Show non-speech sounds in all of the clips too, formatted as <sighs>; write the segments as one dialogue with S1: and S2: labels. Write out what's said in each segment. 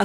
S1: a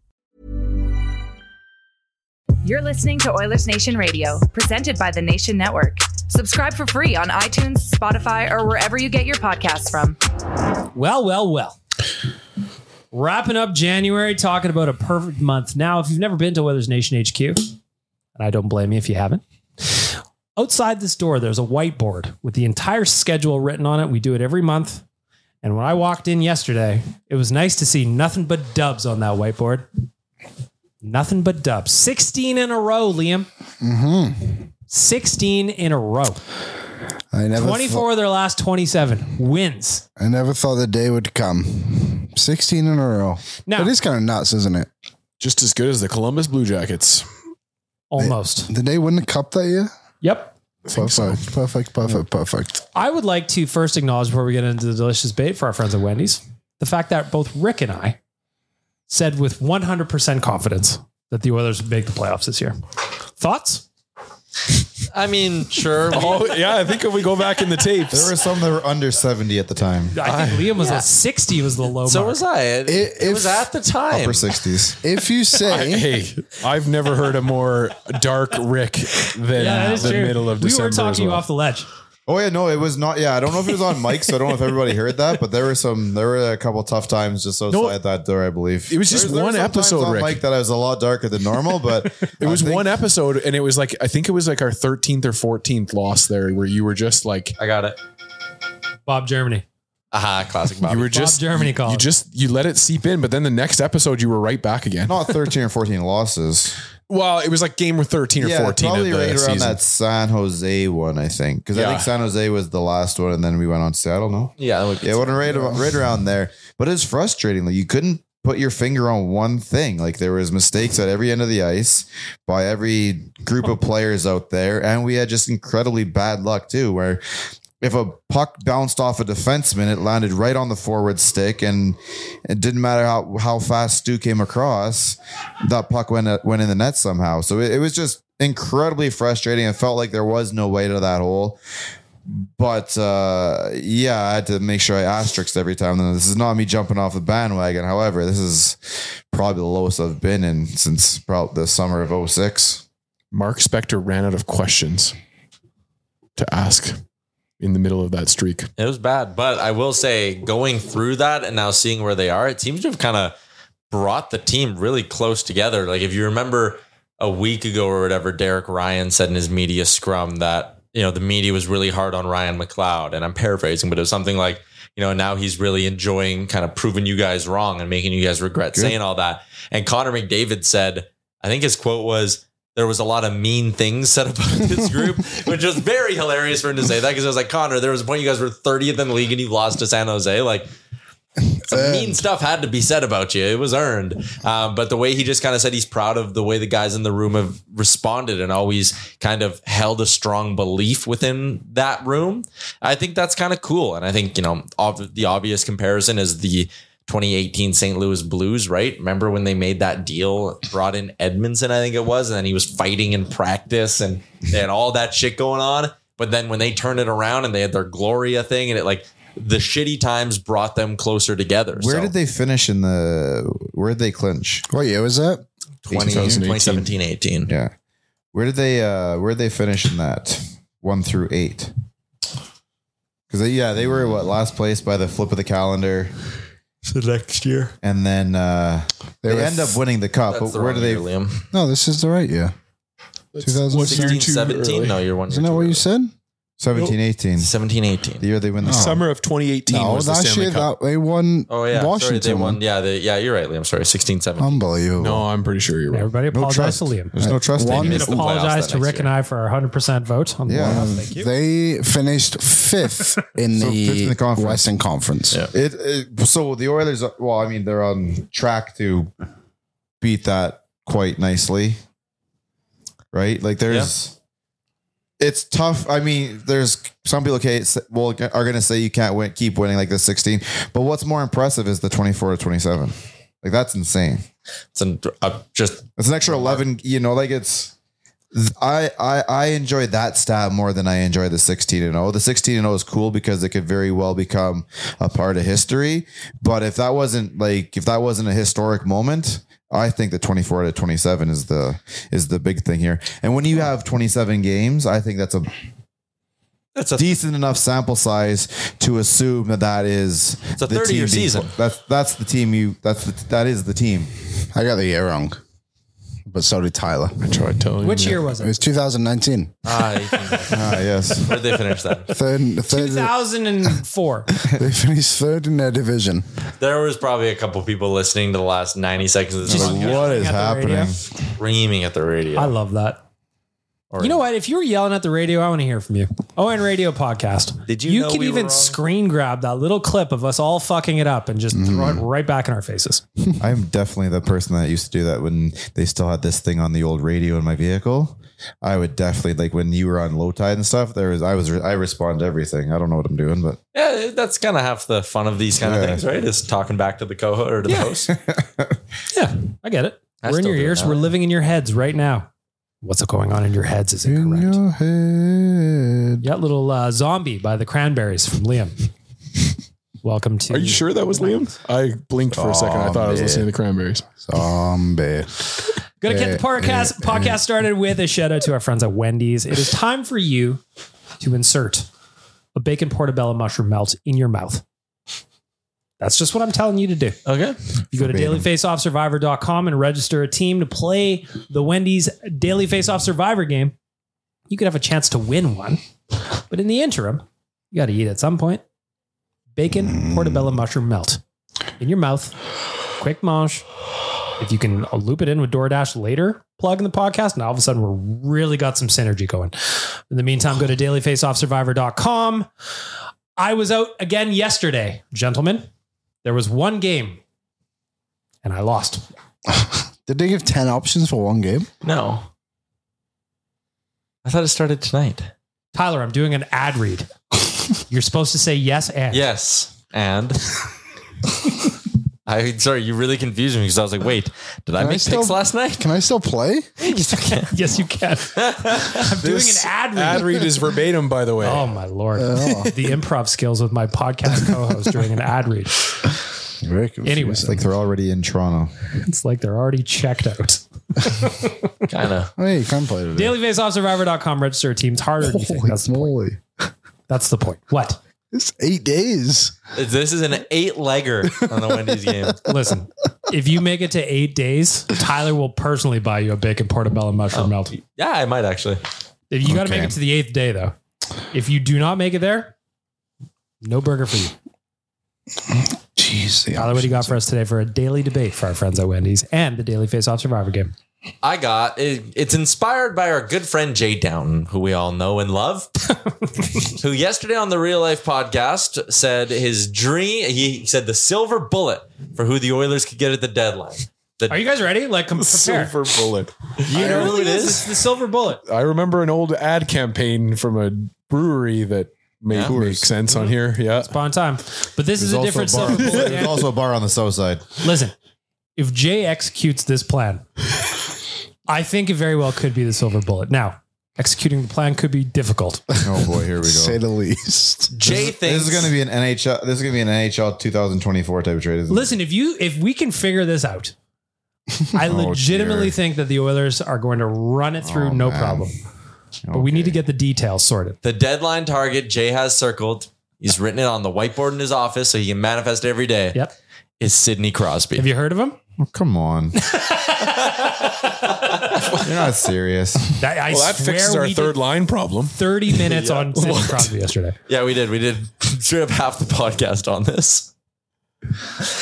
S2: You're listening to Oilers Nation Radio, presented by the Nation Network. Subscribe for free on iTunes, Spotify, or wherever you get your podcasts from.
S3: Well, well, well. Wrapping up January, talking about a perfect month. Now, if you've never been to Weathers Nation HQ, and I don't blame you if you haven't, outside this door, there's a whiteboard with the entire schedule written on it. We do it every month. And when I walked in yesterday, it was nice to see nothing but dubs on that whiteboard. Nothing but dubs. 16 in a row, Liam. 16 in a row.
S4: Mm-hmm. I never
S3: 24 of their last 27 wins.
S4: I never thought the day would come. 16 in a row.
S3: Now-
S4: It is kind of nuts, isn't it?
S5: Just as good as the Columbus Blue Jackets.
S3: Almost.
S4: Did they win the cup that year?
S3: Yep.
S4: Perfect, perfect, perfect, perfect.
S3: I would like to first acknowledge before we get into the delicious bait for our friends at Wendy's the fact that both Rick and I said with 100% confidence that the Oilers would make the playoffs this year. Thoughts?
S6: I mean,
S3: <laughs>
S6: sure.
S5: Oh, <laughs> yeah. I think if we go back in the tapes,
S7: There were some that were under 70 at the time.
S3: I think Liam was at 60 was the low
S6: so
S3: mark.
S6: was I. It, it
S4: if-
S6: was at the time.
S7: Upper 60s.
S4: If
S5: <laughs>
S4: you say,
S5: hey, I've never heard a more dark Rick than
S3: Yeah, that is
S5: the
S3: true.
S5: middle of
S3: we
S5: December.
S3: were talking
S5: as
S3: you
S5: well.
S3: off the ledge.
S7: Oh, yeah, no, it was not. Yeah, I don't know if it was on mic, so I don't know if everybody heard that, but there were some, there were a couple tough times just outside that door, I believe.
S5: It was just one
S7: were some times
S5: episode,
S7: on
S5: Rick.
S7: mic that I was a lot darker than normal, but
S5: <laughs> It was one episode, and it was like I think it was like our thirteenth or fourteenth loss there, where you were just like
S6: I got it.
S3: Bob Germany.
S6: Aha, classic Bob.
S5: you were just
S3: Germany called.
S5: You just you let it seep in, but then the next episode you were right back again.
S7: not 13 or
S5: <laughs>
S7: 14 losses.
S5: Well, it was like game with thirteen or
S7: yeah,
S5: fourteen of
S7: probably
S5: the
S7: right around
S5: season.
S7: that San Jose one, I think, because I
S5: Yeah.
S7: think San Jose was the last one, and then we went on to Seattle. No,
S6: yeah, that would be
S7: yeah, it wasn't right, about, right around there. But it's frustrating. Like you couldn't put your finger on one thing. Like there was mistakes at every end of the ice by every group of players out there, and we had just incredibly bad luck too, where. If a puck bounced off a defenseman, it landed right on the forward stick, and it didn't matter how, how fast Stu came across, that puck went uh, went in the net somehow. So it, it was just incredibly frustrating. It felt like there was no way to that hole. But uh, yeah, I had to make sure I asterisked every time. This is not me jumping off the bandwagon. However, this is probably the lowest I've been in since about the summer of 06.
S5: Mark Spector ran out of questions to ask in the middle of that streak.
S6: It was bad, but I will say going through that and now seeing where they are, it seems to have kind of brought the team really close together. Like if you remember a week ago or whatever, Derek Ryan said in his media scrum that, you know, the media was really hard on Ryan McLeod. And I'm paraphrasing, but it was something like, you know, now he's really enjoying kind of proving you guys wrong and making you guys regret saying all that. And Connor McDavid said, I think his quote was, there was a lot of mean things said about this group, which was very hilarious for him to say that because I was like, Connor, there was a point you guys were 30th in the league and you lost to San Jose. Like, some mean stuff had to be said about you. It was earned. Um, but the way he just kind of said he's proud of the way the guys in the room have responded and always kind of held a strong belief within that room, I think that's kind of cool. And I think, you know, ob- the obvious comparison is the 2018 St. Louis Blues, right? Remember when they made that deal, brought in Edmondson, I think it was, and then he was fighting in practice and they had all that shit going on. But then when they turned it around and they had their Gloria thing and it like, the shitty times brought them closer together.
S7: Where
S6: So-
S7: did they finish in the? Where did they clinch?
S4: What year was that?
S6: 20, 2017, 18.
S7: Yeah. Where did they? uh Where did they finish in that one through eight? Because yeah, they were what last place by the flip of the calendar,
S6: So next year.
S7: and then uh they,
S4: were
S7: end up winning the cup.
S6: That's
S7: But
S6: the
S7: where do
S6: wrong
S7: they?
S6: year, Liam.
S4: No, this is the right year. 2016.
S6: 16, 17. No, you're one.
S4: Isn't
S6: year
S4: that
S6: too
S4: what you
S6: early.
S4: said?
S7: 17, 18.
S6: 17,
S7: The
S6: 18.
S7: year they win the
S4: Oh.
S7: cup.
S5: Summer of 2018
S4: No,
S5: was the
S4: last
S5: Stanley
S4: year
S5: Cup.
S4: that they won.
S6: Oh, yeah.
S4: Washington
S6: Sorry, they won.
S4: won.
S6: Yeah, they, yeah, you're right, Liam. Sorry, 16, 17.
S4: Unbelievable.
S5: No, I'm pretty sure you're right.
S3: Everybody apologize
S7: trust.
S3: to Liam.
S7: There's no trust.
S4: One-
S3: And
S6: missed the playoffs
S3: apologize
S6: that
S3: to
S6: next
S3: Rick and I for our 100% vote on the
S7: Yeah.
S3: playoffs.
S4: Mm. They finished
S7: <laughs>
S4: fifth in
S7: So
S4: the,
S7: fifth in the conference.
S4: Western Conference.
S6: Yeah.
S7: It, it so the Oilers. Well, I mean, they're on track to beat that quite nicely, right? Like, there's. It's tough. I mean, there's some people. Okay, s- well, are going to say you can't win, keep winning like the 16. But what's more impressive is the 24 to 27. Like that's insane.
S6: It's an, uh, just
S7: It's an extra 11. You know, like it's. I I I enjoy that stat more than I enjoy the 16 and 0. The 16 and 0 is cool because it could very well become a part of history. But if that wasn't like if that wasn't a historic moment, I think the 24 to 27 is the is the big thing here. And when you have 27 games, I think that's a
S6: that's a
S7: decent enough sample size to assume that that is
S6: It's a 30 year
S7: team being-
S6: season.
S7: That's that's the team you that's the, that is the team.
S4: I got the year wrong, but so did Tyler.
S5: Tried
S7: Oh,
S5: telling
S3: Which
S5: you.
S3: year was
S4: It
S3: it?
S4: was 2019.
S6: ah, 18.
S7: Ah, yes.
S6: where'd they finish that?
S4: Third, third
S3: 2004.
S4: they finished third in their division.
S6: There was probably a couple people listening to the last 90 seconds of this
S3: Just-
S6: podcast
S7: what is
S3: At the radio.
S7: happening?
S6: screaming at the radio.
S3: I love that.
S6: Or-
S3: You know what? If you were yelling at the radio, I want to hear from you. ON Radio Podcast.
S6: Did you
S3: You
S6: know
S3: can
S6: we were
S3: even
S6: wrong?
S3: screen grab that little clip of us all fucking it up and just
S6: Mm.
S3: throw it right back in our faces.
S7: I'm definitely the person that used to do that when they still had this thing on the old radio in my vehicle. I would definitely like when you were on low tide and stuff. There was I was I respond to everything. I don't know what I'm doing, but
S6: Yeah, that's kind of half the fun of these kind of
S7: Yeah.
S6: things, right? Is talking back to the co-host or to
S3: <laughs>
S6: the host.
S3: Yeah, I get it.
S6: I
S3: we're in
S6: still
S3: your
S6: do it
S3: ears.
S6: now.
S3: We're living in your heads right now. What's going on in your heads is
S4: In
S3: incorrect.
S4: your head.
S3: Yeah, little uh, zombie by the Cranberries from Liam.
S4: <laughs>
S3: Welcome to.
S5: Are you sure that was Liam? I blinked for a second. I thought I was listening to the Cranberries.
S4: Zombie.
S3: Gonna
S5: Eh,
S3: get the podcast podcast started with a shout out to our friends at Wendy's. It is time for you to insert a bacon portobello mushroom melt in your mouth. That's just what I'm telling you to do.
S6: Okay.
S3: You go to dailyfaceoffsurvivor.com and register a team to play the Wendy's Daily Faceoff Survivor game. You could have a chance to win one, but in the interim, you got to eat at some point bacon portobello mushroom melt in your mouth. Quick mange. If you can loop it in with DoorDash later, plug in the podcast, and all of a sudden we're really got some synergy going. In the meantime, go to dailyfaceoffsurvivor.com. I was out again yesterday, gentlemen. There was one game and I lost.
S4: Did they give 10 options for one game?
S6: No. I thought it started tonight.
S3: Tyler, I'm doing an ad read. You're supposed to say yes and.
S6: Yes. And I sorry, you really confused me because I was like, wait, did I
S4: Can I
S6: make
S4: still-
S6: picks last night?
S4: Can I still play?
S3: Yes, you can. I'm doing an ad read.
S5: Ad read is verbatim, by the way.
S3: Oh my lord. the improv skills with my podcast co-host during an ad read. Anyway,
S7: it's like they're already in Toronto.
S3: it's like they're already checked out.
S6: kind of.
S4: Oh, yeah, you can play today.
S3: DailyFaceOffSurvivor.com register a team. It's harder than you think.
S4: Holy
S3: That's the point.
S4: moly.
S3: That's the point. What?
S4: It's eight days.
S6: This is an eight legger on the Wendy's game.
S3: <laughs> Listen, if you make it to eight days, Tyler will personally buy you a bacon portobello
S6: Oh.
S3: mushroom melt.
S6: Yeah, I might actually.
S3: If you got to make
S4: Okay.
S3: it to the eighth day, though. If you do not make it there, no burger for you.
S4: Jeez. the
S3: Tyler, what do you got for us today for a daily debate for our friends at Wendy's and the Daily Face Off Survivor game?
S6: I got it, it's inspired by our good friend Jay Downton, who we all know and love, <laughs> who yesterday on the Real Life podcast said his dream. He said the silver bullet for who the Oilers could get at the deadline.
S3: Are you guys ready? Like, come prepare.
S5: Silver bullet.
S6: You know who it
S3: It's
S6: is?
S3: the silver bullet.
S5: I remember an old ad campaign from a brewery that made
S6: Yeah.
S5: make
S7: Coors.
S5: sense on here. Yeah.
S3: Upon time. But this is a different
S7: bar,
S3: silver bullet.
S7: there's also a bar on the south side.
S3: Listen, if Jay executes this plan, I think it very well could be the silver bullet. Now, executing the plan could be difficult.
S7: Oh boy, here we
S4: say the
S7: go.
S4: least.
S6: Jay thinks
S7: This is going to be an NHL. This is going to be an NHL 2024 type of trade. Isn't it?
S3: Listen, if you if we can figure this out,
S7: <laughs>
S3: I legitimately
S7: Oh, dear.
S3: think that the Oilers are going to run it through
S7: Oh,
S3: no
S7: man.
S3: problem. But we need
S7: Okay.
S3: to get the details sorted.
S6: the deadline target Jay has circled. He's written it on the whiteboard in his office so he can manifest every day.
S3: Yep.
S6: Is Sidney Crosby.
S3: Have you heard of him?
S7: Oh, come on. You're not serious.
S3: That, I
S5: Well, that
S3: swear
S5: fixes our
S3: we
S5: third
S3: did
S5: line problem.
S6: <laughs>
S3: 30
S5: <laughs>
S3: minutes on Sidney
S5: What?
S3: Crosby yesterday.
S6: Yeah, we did. We did <laughs> straight up half the podcast on this.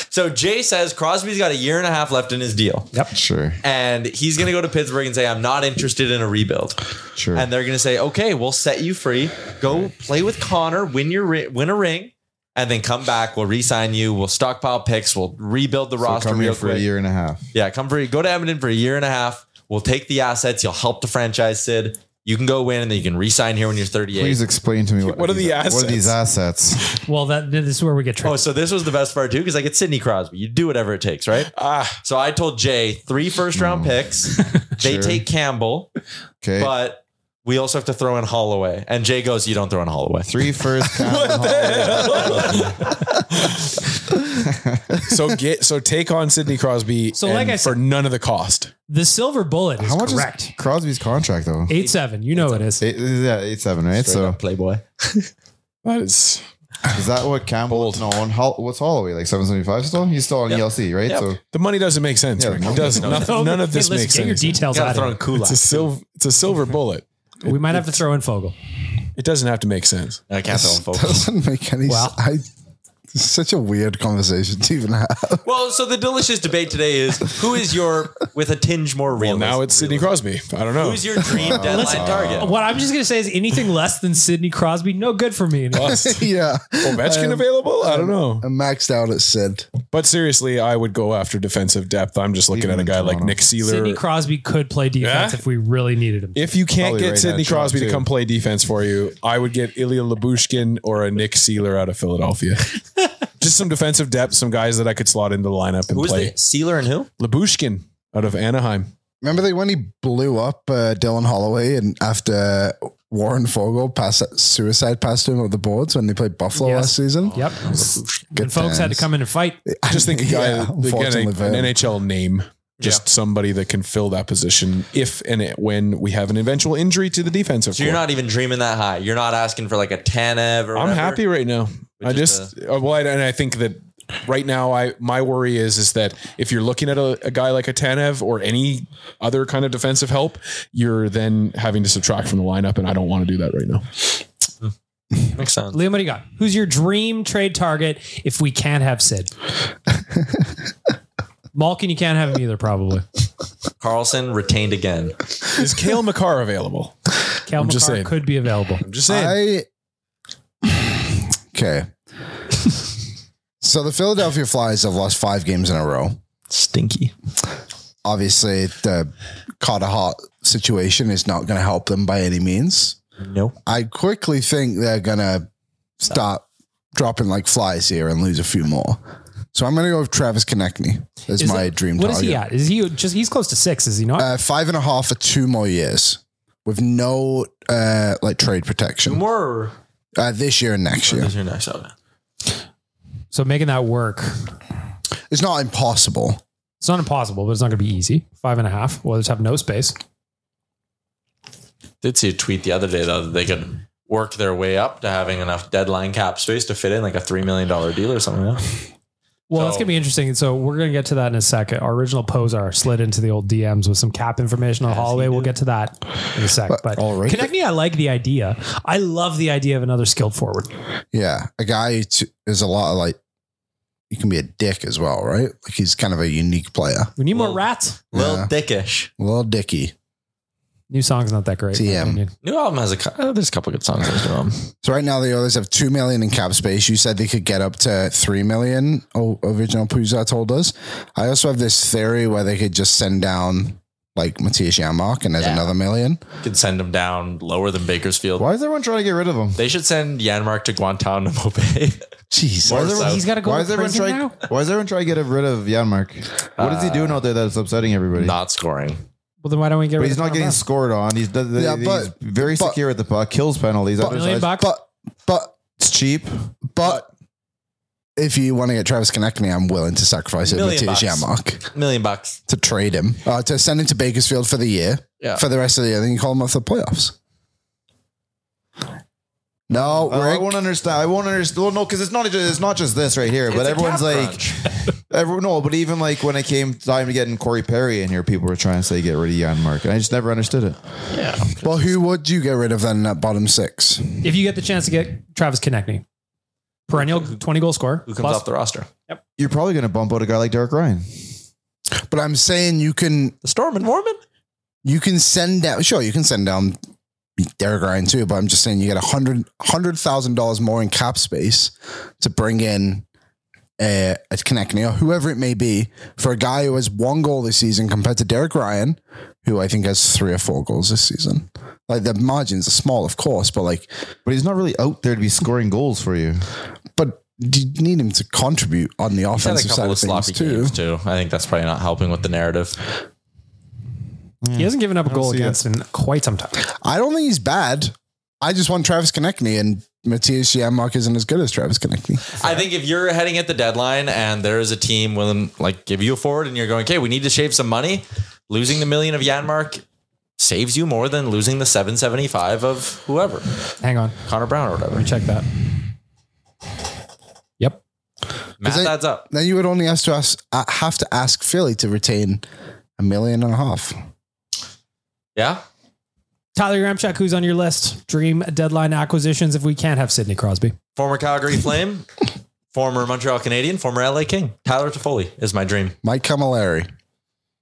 S6: So Jay says Crosby's got a year and a half left in his deal.
S7: Sure,
S6: And he's going to go to Pittsburgh and say, I'm not interested in a rebuild.
S7: sure.
S6: And they're going to say, okay, we'll set you free. Go play with Connor, win your ri- win a ring, and then come back. We'll re-sign you. We'll stockpile picks. We'll rebuild the
S7: so
S6: roster
S7: come here
S6: real
S7: for
S6: quick.
S7: a year and a half.
S6: Yeah, come for go to Edmonton for a year and a half. We'll take the assets. You'll help the franchise, Sid. You can go win, and then you can re-sign here when you're 38.
S7: Please explain to me what,
S5: What are the
S7: What are these assets?
S3: Well, that this is where we get
S6: Oh,
S3: tricked.
S6: so this was the best part too, because I get Sidney Crosby. You do whatever it takes, right?
S5: Ah,
S6: So I told Jay three first round
S7: <laughs>
S6: picks. They
S7: Hmm. Sure.
S6: take Campbell,
S7: Okay,
S6: but we also have to throw in Holloway. And Jay goes, "You don't throw in Holloway."
S7: three first.
S6: <laughs>
S7: what
S5: so get so take on Sidney Crosby.
S3: So like
S5: and
S3: I said-
S5: for none of the cost.
S3: The silver bullet is
S7: How much
S3: correct.
S7: is Crosby's contract though?
S3: Eight seven, you know it is.
S7: Eight, yeah, eight seven, right? so
S6: Playboy.
S7: <laughs>
S5: That is
S7: is that what Campbell? No, on Hol- what's Holloway like seven seventy five still? He's still on ELC, right?
S6: Yep.
S7: So
S5: the money doesn't make sense.
S7: Yeah,
S5: Rick.
S7: no,
S5: It doesn't.
S6: no,
S5: nothing- None of
S3: Hey,
S5: this
S3: listen,
S5: makes
S3: get your
S5: sense.
S3: details
S6: Got
S3: out
S6: to
S3: of
S6: throw
S3: here.
S6: in Kulak.
S5: It's a silver. It's a silver bullet.
S3: We might have to throw in Fogel.
S5: It doesn't have to make sense.
S6: I can't throw in
S5: <laughs>
S6: folks.
S4: Doesn't make any
S3: Well.
S4: sense. I it's such a weird conversation to even have.
S6: Well, so the delicious debate today is who is your with a tinge more real?
S5: Well, now it's Sidney Crosby. I don't know.
S6: Who's your dream deadline target?
S3: What I'm just gonna say is anything less than Sidney Crosby, no Um, good
S7: <laughs>
S3: for me.
S4: yeah.
S5: Ovechkin available? I don't know.
S4: I'm maxed out at Sid.
S5: But seriously, I would go after defensive depth. I'm just looking
S7: Leave
S5: at a
S7: him in
S5: guy like
S7: Toronto.
S5: Nick
S3: Sidney
S5: Sealer.
S3: Crosby could play defense
S5: Yeah?
S3: if we really needed him.
S5: If you can't
S7: Probably
S5: get
S7: right
S5: Sidney
S7: now, Toronto,
S5: Crosby to
S7: too.
S5: come play defense for you, I would get Ilya Labushkin or a Nick Sealer out of
S6: <laughs>
S5: Philadelphia. just some defensive depth, some guys that I could slot into the lineup and
S6: Who's
S5: play.
S6: the sealer and who?
S5: Labushkin out of Anaheim.
S4: Remember they when he blew up uh, Dylan Holloway and after Warren Fogle passed that suicide pass to him up the boards when they played Buffalo
S3: Yes.
S4: last season.
S3: Yep. and
S4: Good
S3: folks had to
S4: times.
S3: come in and fight.
S5: Just think a guy,
S4: Yeah,
S5: again,
S4: unfortunately
S5: a-
S4: for him.
S5: an NHL name. Just somebody that can fill that position if and it, when we have an eventual injury to the defensive.
S6: So you're
S5: core.
S6: not even dreaming that high. You're not asking for like a Tanev or
S5: I'm
S6: whatever?
S5: happy right now. I
S6: is
S5: just uh, well, I- and I think that right now, I my worry is is that if you're looking at a, a guy like a Tanev or any other kind of defensive help, you're then having to subtract from the lineup, and I don't want to do that right now.
S6: Makes sense.
S3: Liam, what do you got? Who's your dream trade target if we can't have
S6: <laughs>
S3: Sid? Malkin, you can't have him either, probably.
S6: Carlson retained again.
S5: Is Kale McCarr available?
S3: Cal
S5: I'm just
S3: McCarr
S5: saying.
S3: could be available.
S5: I'm just saying.
S4: I okay. so the Philadelphia Flyers have lost five games in a row.
S6: Stinky.
S4: Obviously, the Carter Hart situation is not going to help them by any means.
S6: No.
S4: I quickly think they're gonna start dropping like flies here and lose a few more. So I'm gonna go with Travis Konechny as
S3: Is
S4: my
S3: it-
S4: dream
S3: What is
S4: target.
S3: he at? Is he just he's close to six, is he not?
S4: Uh, five and a half for two more years with no uh, like trade
S6: Two
S4: protection
S6: more.
S4: uh, this year and next year.
S6: These are nice, oh,
S3: so making that work.
S4: It's not impossible.
S3: It's not impossible, but it's not gonna be easy. Five and a half. Well, just have no space.
S6: Did see a tweet the other day though that they could work their way up to having enough deadline cap space to fit in like a three million dollar deal or something. Like that.
S3: Well,
S6: So-
S3: that's gonna be interesting. So we're gonna get to that in a second. Our original poser slid into the old DMs with some cap information on Holloway. We'll get to that in a sec. But
S4: all right.
S3: connect me. I like the idea. I love the idea of another skilled forward.
S4: Yeah, a guy who t- is a lot of like he can be a dick as well, right? Like he's kind of a unique player.
S3: We need more
S6: Well-
S3: rats.
S6: Lil
S4: Yeah.
S6: Dickish.
S4: Little Dicky.
S3: New song's not that great. in my
S4: TM.
S3: opinion.
S6: New album has a cou- oh, there's a couple good songs on this new album.
S4: So right now the Oilers have two million in cap space. You said they could get up to three million. Oh, original Puza told us. I also have this theory where they could just send down like Matthias Janmark and there's
S6: Yeah.
S4: another million.
S6: Could send them down lower than Bakersfield.
S7: Why is everyone trying to get rid of him?
S6: They should send Yanmark to Guantanamo Bay. <laughs>
S4: Jeez,
S7: Why is
S6: Or
S7: everyone-
S6: so.
S3: He's got to go
S7: Why
S3: to
S7: is everyone
S3: prison
S7: trying?
S3: now.
S7: Why is everyone trying to get rid of Yanmark? What is he doing out there that's upsetting everybody?
S6: Not scoring.
S3: Well, then why don't we get
S7: but
S3: rid
S7: he's
S3: of
S7: not getting
S3: Tom
S7: scored on. He's, does-
S4: Yeah,
S7: he's
S4: but-
S7: very
S4: but-
S7: secure at the puck. Kills penalties.
S3: Brown? million
S7: undersized.
S3: bucks?
S4: but but
S7: It's cheap.
S4: but if you want to get Travis Konechny, I'm willing to sacrifice it
S6: Million
S4: Matthias
S6: bucks.
S4: Janmark
S6: Million bucks.
S4: to trade him uh, to send him to Bakersfield for the year.
S6: Yeah.
S4: For the rest of the year, then you call him up for the playoffs. No,
S7: Oh, I- I
S4: Rick.
S7: won't understand. I won't understand. Well, no, because it's not. ju- It's not just this right here. but
S6: It's a
S7: everyone's
S6: cap
S7: like, <laughs>
S6: crunch.
S7: everyone. No, but even like when it came time to getting Corey Perry in here, people were trying to say get rid of Yanmark, and I just never understood it.
S4: Well, who would you get rid of then in that bottom six?
S3: Brown? If you get the chance to get Travis Konechny, perennial 20 goal scorer.
S6: who comes
S3: plus-
S6: off the roster?
S7: You're probably going to bump out a guy like Derek Ryan.
S4: But I'm saying you can
S6: The Storm and Mormon.
S4: you can send down sure you can send down Derek Ryan too, but I'm just saying you get a hundred hundred thousand dollars more in cap space to bring in a, a Konechny or whoever it may be for a guy who has one goal this season compared to Derek Ryan, who I think has three or four goals this season. Like the margins are small, of course, but like
S7: But he's not really out there to be scoring goals for you.
S4: but do you need him to contribute on the
S6: He's had a
S4: offensive side of,
S6: couple of
S4: things
S6: sloppy
S4: too?
S6: games too. I think that's probably not helping with the narrative.
S3: He hasn't given up a goal
S7: see it.
S3: against in quite some time.
S4: I don't think he's bad. I just want Travis Konechny and Matthias Janmark isn't as good as Travis Konechny.
S6: I think if you're heading at the deadline and there is a team willing, like, give you a forward and you're going, okay, we need to shave some money, losing the million of Yanmark saves you more than losing the 775 of whoever,
S3: Hang on.
S6: Connor Brown or
S3: Let
S6: whatever.
S3: me check that. Yep.
S6: Math
S4: Is it-
S6: adds up.
S4: Then you would only have to ask, uh, have to ask Philly to retain a million and a half.
S6: Yeah.
S3: Tyler Gramchuk, who's on your list? Dream deadline acquisitions if we can't have Sidney Crosby.
S6: Former Calgary Flame, former Montreal Canadian, former LA King. Tyler Toffoli is my dream.
S4: Mike Camilleri.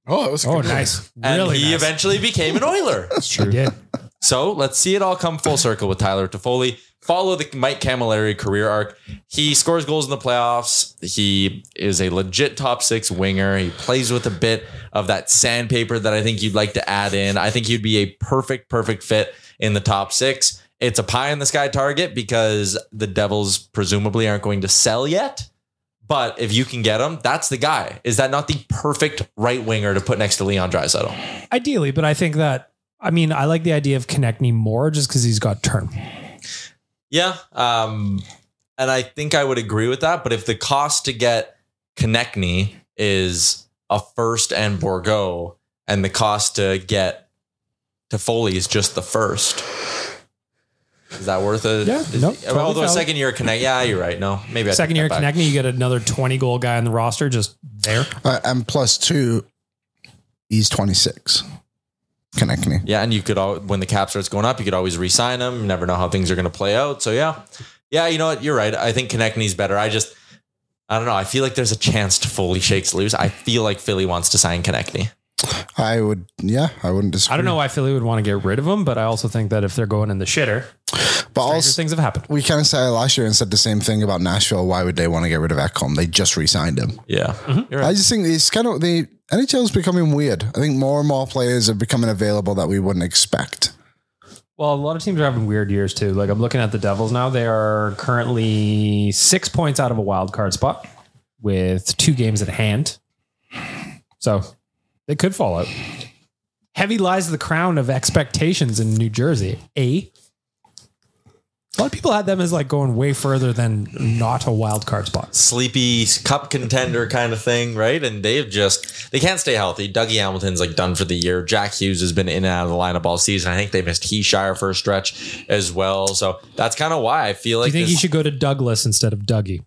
S5: Oh, that was a
S3: Oh,
S5: good one.
S3: nice.
S6: And
S3: really
S6: he
S3: nice.
S6: eventually became an Oiler.
S3: He did.
S6: So let's see it all come full circle with Tyler Toffoli. Follow the Mike Camilleri career arc. He scores goals in the playoffs. He is a legit top six winger. He plays with a bit of that sandpaper that I think you'd like to add in. I think he'd be a perfect, perfect fit in the top six. It's a pie in the sky target because the Devils presumably aren't going to sell yet. But if you can get him, that's the guy. Is that not the perfect right winger to put next to Leon Draisaitl?
S3: Ideally, but I think that, I mean, I like the idea of Konechny more just because he's got term.
S6: Yeah. Um, and I think I would agree with that. But if the cost to get Konechny is a first and Bordeaux, and the cost to get to Foley is just the first, is that worth it?
S3: Yeah,
S6: Is-
S3: nope, totally
S6: although
S3: valid.
S6: second year Konechny, yeah, you're right. No, maybe I
S3: Second
S6: take
S3: year
S6: that back.
S3: Konechny, you get another 20 goal guy on the roster just there.
S4: Uh, and plus two, he's 26. Konechny.
S6: Yeah, and you could all when the cap starts going up, you could always re-sign him. You never know how things are going to play out. So yeah, yeah, you know what? You're right. I think Konechny's better. I just, I don't know. I feel like there's a chance to fully shakes loose. I feel like Philly wants to sign Konechny.
S4: I would, yeah, I wouldn't disagree.
S3: I don't know why Philly would want to get rid of him, but I also think that if they're going in the shitter,
S4: But
S3: stranger
S4: also,
S3: things have happened.
S4: we kind of said it last year and said the same thing about Nashville. Why would they want to get rid of Ekholm? They just re signed him.
S6: Yeah,
S7: Mm-hmm.
S6: you're
S4: I
S6: right.
S4: just think it's kind of the NHL is becoming weird. I think more and more players are becoming available that we wouldn't expect.
S3: Well, a lot of teams are having weird years too. Like I'm looking at the Devils now; they are currently six points out of a wild card spot with two games at hand. So they could fall out. Heavy lies the crown of expectations in New Jersey. A. A lot of people had them as like going way further than not a wild card spot.
S6: Sleepy cup contender kind of thing, right? And they've just they can't stay healthy. Dougie Hamilton's like done for the year. Jack Hughes has been in and out of the lineup all season. I think they missed Heeshire for a stretch as well. So that's kind of why I feel
S3: Do
S6: like
S3: you think
S6: this-
S3: you should go to Douglas instead of Dougie?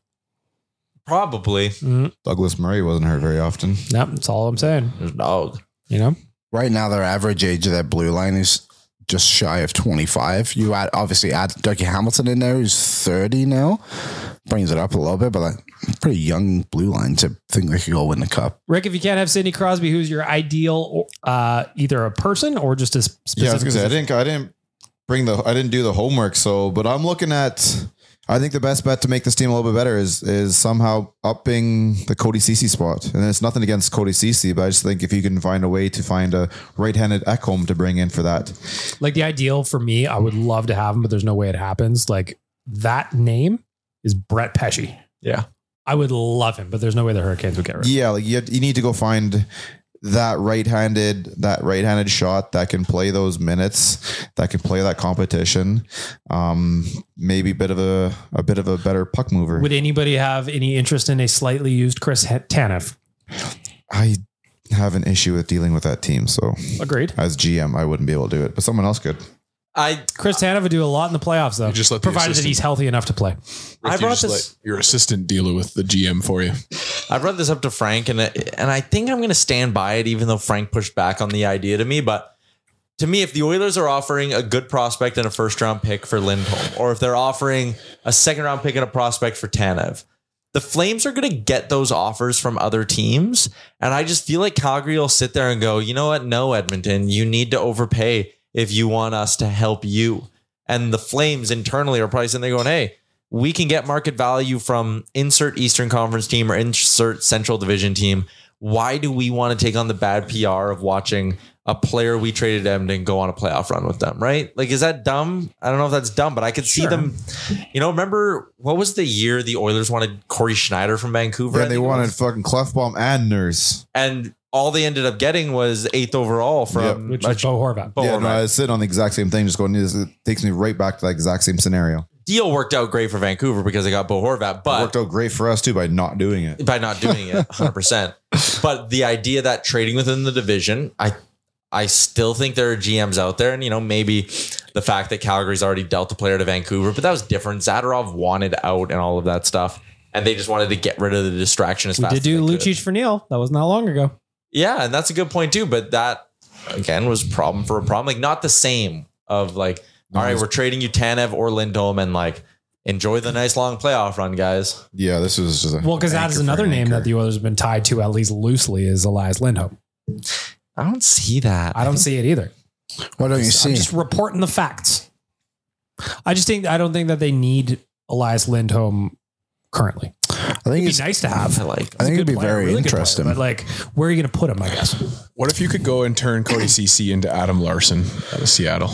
S6: probably
S3: Mm-hmm.
S7: Douglas Murray wasn't hurt very often.
S3: No, that's all I'm saying.
S6: no.
S3: You know,
S4: Right now, their average age of their blue line is just shy of 25. You add, obviously add Dougie Hamilton in there, who's 30 now, brings it up a little bit, but like, pretty young blue line to think they could go win the cup.
S3: Rick, if you can't have Sidney Crosby, who's your ideal, uh, either a person or just a specific?
S7: Yeah, I was gonna say I
S3: position?
S7: didn't I didn't bring the I didn't do the homework, so but I'm looking at I think the best bet to make this team a little bit better is is somehow upping the Cody Cece spot. And it's nothing against Cody Cece, but I just think if you can find a way to find a right-handed Ekholm to bring in for that.
S3: Like the ideal for me, I would love to have him, but there's no way it happens. Like that name is Brett Pesci.
S5: Yeah.
S3: I would love him, but there's no way the Hurricanes would get rid of him.
S7: Yeah, like you have, you need to go find that right-handed that right-handed shot that can play those minutes, that can play that competition. Um maybe a bit of a a bit of a better puck mover.
S3: Would anybody have any interest in a slightly used Chris He- Tanev?
S7: I have an issue with dealing with that team, so
S3: Agreed.
S7: as GM, I wouldn't be able to do it, but someone else could.
S6: I
S3: Chris Tanev would do a lot in the playoffs, though.
S5: You just let the
S3: provided that
S5: assistant-
S3: he's healthy enough to play.
S5: Rick,
S6: I
S5: you
S6: brought
S5: just
S6: this-
S5: let your assistant deal with the GM for you.
S6: I brought this up to Frank, and and I think I'm going to stand by it, even though Frank pushed back on the idea to me. But to me, if the Oilers are offering a good prospect and a first round pick for Lindholm, or if they're offering a second round pick and a prospect for Tanev, the Flames are going to get those offers from other teams, and I just feel like Calgary will sit there and go, you know what? No, Edmonton, you need to overpay if you want us to help you. And the Flames internally are probably sitting there going, hey we can get market value from insert Eastern Conference team or insert Central Division team. Why do we want to take on the bad PR of watching a player we traded to Edmonton go on a playoff run with them? Right? Like, is that dumb? I don't know if that's dumb, but I could see
S3: Sure.
S6: them. You know, remember what was the year the Oilers wanted Corey Schneider from Vancouver?
S7: Yeah,
S6: I
S7: they
S6: think it
S7: wanted
S6: was?
S7: fucking Clefbaum and Nurse.
S6: and all they ended up getting was eighth overall from
S3: Which is Bo Horvat.
S6: Bo
S7: yeah, no,
S6: Horvat.
S7: I was sitting on the exact same thing, just going, this- it takes me right back to that exact same scenario.
S6: Deal worked out great for Vancouver because they got Bo Horvat,
S7: It
S6: but
S7: worked out great for us too by not doing it.
S6: by not doing it
S7: <laughs>
S6: 100% but the idea that trading within the division i i still think there are gms out there and you know maybe the fact that calgary's already dealt a player to vancouver but that was different zadarov wanted out and all of that stuff and they just wanted to get rid of the distraction as
S3: We
S6: fast
S3: did
S6: as
S3: do
S6: they could.
S3: Lucic for Neil. That was not long ago.
S6: yeah and that's a good point too but that again was problem for a problem like not the same of like all right we're trading you tanev or lindholm and like enjoy the nice long playoff run guys
S7: Yeah, this was just a
S3: Well, because that
S7: anchor
S3: is
S7: for
S3: another
S7: an
S3: name
S7: anchor.
S3: that the Oilers have been tied to, at least loosely, is Elias Lindholm.
S6: i don't see that
S3: I don't see it either.
S4: Why don't you see?
S3: I'm just reporting the facts. I just think I don't think that they need Elias Lindholm currently.
S4: I think
S3: It'd
S4: it's,
S3: be nice to have.
S6: I like
S4: I think it'd be
S3: Player,
S4: very
S3: really good player,
S4: interesting.
S3: but like, where are you going to put him? I guess.
S5: What if you could go and turn Cody CC into Adam Larson out of Seattle?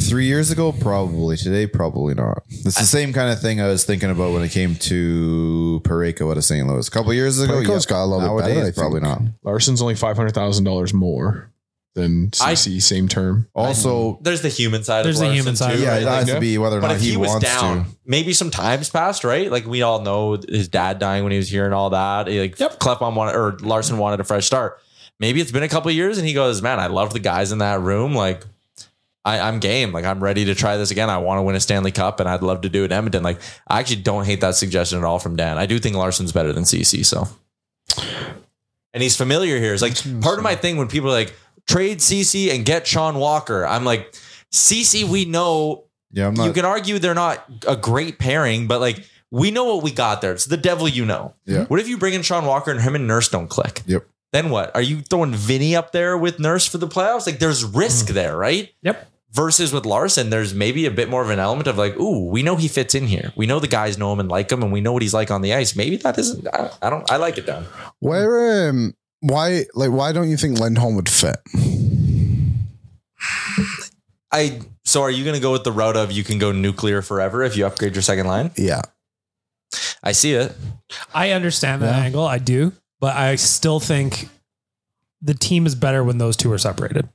S7: Three years ago, probably. Today, probably not. It's the same kind of thing I was thinking about when it came to Pareko out of St. Louis. A couple years ago,
S4: Pareko's
S7: yes.
S4: got a little bit better,
S7: Nowadays,
S4: I think.
S7: probably not.
S5: Larson's only five hundred thousand dollars more than
S6: I-
S5: CC, same term.
S7: Also,
S6: there's the human side.
S3: There's
S6: of
S3: the
S6: Larson
S3: human side
S6: Too,
S3: of
S7: yeah,
S6: right?
S7: it
S6: Like,
S7: has to be whether or
S6: but
S7: not
S6: if
S7: he,
S6: he, was
S7: wants
S6: down,
S7: to.
S6: maybe some times passed, right? Like we all know his dad dying when he was here and all that. He, Like
S3: Yep.
S6: Klefbom wanted or Larson wanted a fresh start. Maybe it's been a couple of years and he goes, "Man, I love the guys in that room. Like I, I'm game. Like I'm ready to try this again. I want to win a Stanley Cup and I'd love to do it in Edmonton. Like I actually don't hate that suggestion at all from Dan. I do think Larson's better than CC. So, and he's familiar here. It's like part of my thing when people are like trade CC and get Sean Walker. I'm like CC. We know
S7: Yeah, I'm not.
S6: you can argue they're not a great pairing, but like we know what we got there. It's the devil you know.
S7: Yeah.
S6: What if you bring in Sean Walker and him and Nurse don't click?
S7: Yep.
S6: Then what? Are you throwing Vinny up there with Nurse for the playoffs? Like there's risk
S7: Hmm.
S6: there, right?
S3: Yep.
S6: Versus with Larson, there's maybe a bit more of an element of like, ooh, we know he fits in here. We know the guys know him and like him, and we know what he's like on the ice. Maybe that isn't. I, I don't. I like it down.
S4: where
S7: Hmm.
S4: um, why like why don't you think Lindholm would fit?
S6: I. So are you going to go with the route of you can go nuclear forever if you upgrade your second line?
S4: Yeah,
S6: I see it.
S3: I understand that angle. I do, but I still think the team is better when those two are separated.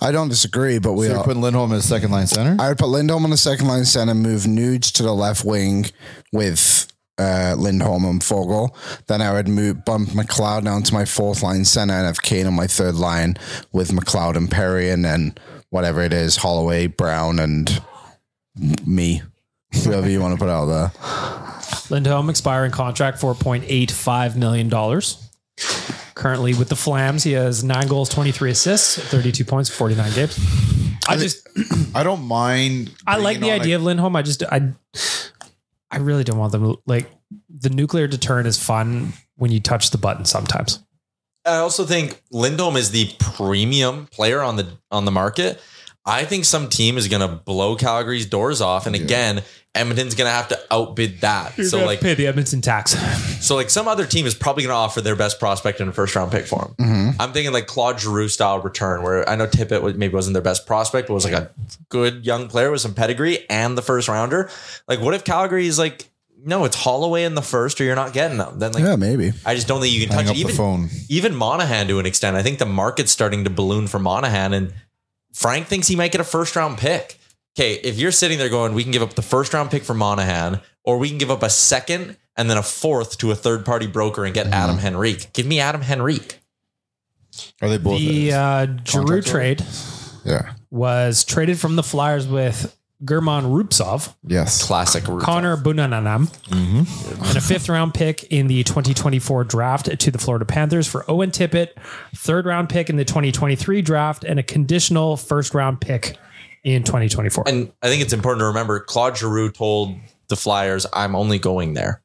S4: I don't disagree, but we
S7: so you're
S4: are.
S7: putting Lindholm as second line center?
S4: I would put Lindholm on the second line center, move Nuge to the left wing with uh, Lindholm and Fogel. Then I would move bump McLeod down to my fourth line center and have Kane on my third line with McLeod and Perry and then whatever it is, Holloway, Brown, and me. <laughs> Whoever you want to put out there.
S3: Lindholm expiring contract four point eight five million dollars. Currently with the Flams, he has nine goals, twenty three assists, thirty two points, forty nine games. I just
S7: I don't mind.
S3: I like the
S7: bringing on a-
S3: idea of Lindholm. I just I I really don't want them to like the nuclear deterrent is fun when you touch the button sometimes.
S6: I also think Lindholm is the premium player on the on the market. I think some team is going to blow Calgary's doors off, and again, Edmonton's going to have to outbid that. so like,
S3: pay the Edmonton tax.
S6: so like, some other team is probably going to offer their best prospect in a first round pick for him.
S7: Mm-hmm. Hmm?
S6: I'm thinking like Claude Giroux style return, where I know Tippett was- maybe wasn't their best prospect, but was like a good young player with some pedigree and the first rounder. Like, what if Calgary is like, no, it's Holloway in the first, or you're not getting them? Then like,
S4: Yeah, maybe.
S6: I just don't think you can
S7: Hang
S6: touch
S7: up
S6: it. Even,
S7: the phone.
S6: even Monahan to an extent. I think the market's starting to balloon for Monahan, and Frank thinks he might get a first round pick. Okay, if you're sitting there going, we can give up the first round pick for Monahan, or we can give up a second and then a fourth to a third party broker and get
S7: Hmm.
S6: Adam Henrique. Give me Adam Henrique.
S7: Are they both?
S3: the uh, Giroux
S7: Contract
S3: trade
S7: yeah.
S3: was traded from the Flyers with German Rupsov,
S7: Yes.
S6: Classic. Rupel.
S3: Connor Bunanam,
S7: Mm-hmm.
S3: and a fifth round pick in the 2024 draft to the Florida Panthers for Owen Tippett, third round pick in the 2023 draft, and a conditional first round pick in 2024.
S6: And I think it's important to remember Claude Giroux told the Flyers, I'm only going there.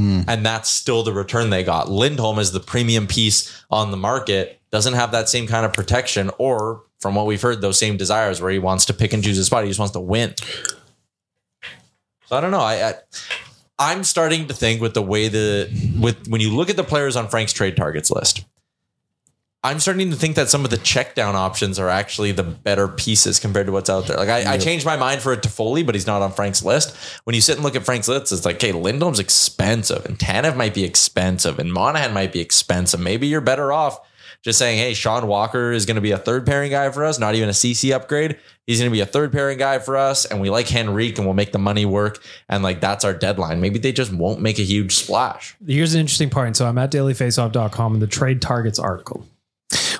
S6: And that's still the return they got. Lindholm is the premium piece on the market, doesn't have that same kind of protection, or from what we've heard, those same desires where he wants to pick and choose his spot. He just wants to win. So I don't know. I, I I'm starting to think with the way the with when you look at the players on Frank's trade targets list, I'm starting to think that some of the check down options are actually the better pieces compared to what's out there. Like I, I changed my mind for a Toffoli, but he's not on Frank's list. When you sit and look at Frank's list, it's like, okay, Lindholm's expensive and Tanev might be expensive and Monahan might be expensive. Maybe you're better off just saying, hey, Sean Walker is going to be a third pairing guy for us, not even a CC upgrade. He's going to be a third pairing guy for us, and we like Henrique and we'll make the money work. And like that's our deadline. Maybe they just won't make a huge splash.
S3: Here's an interesting part. And so I'm at dailyfaceoff.com and the trade targets article.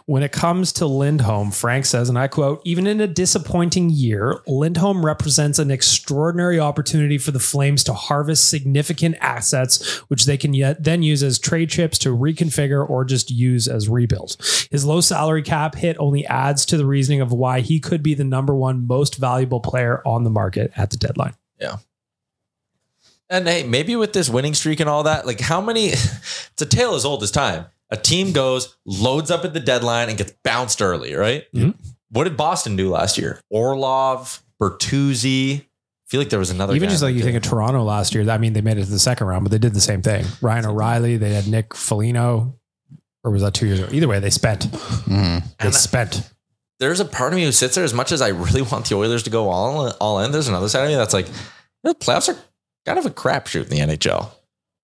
S3: When it comes to Lindholm, Frank says, and I quote, even in a disappointing year, Lindholm represents an extraordinary opportunity for the Flames to harvest significant assets, which they can yet then use as trade chips to reconfigure or just use as rebuild. His low salary cap hit only adds to the reasoning of why he could be the number one most valuable player on the market at the deadline.
S6: And hey, maybe with this winning streak and all that, like how many? <laughs> It's a tale as old as time. A team goes, loads up at the deadline, and gets bounced early, right?
S3: Mhm.
S6: What did Boston do last year? Orlov, Bertuzzi. I feel like there was another.
S3: Even
S6: guy
S3: just like you
S6: that
S3: think
S6: did.
S3: of Toronto last year, I mean, they made it to the second round, but they did the same thing. Ryan O'Reilly, they had Nick Foligno, or was that two years ago? Either way, they spent. They spent.
S6: there's a part of me who sits there as much as I really <laughs> want the Oilers to go all all in. There's another side of me that's like, the playoffs are kind of a crapshoot in the NHL.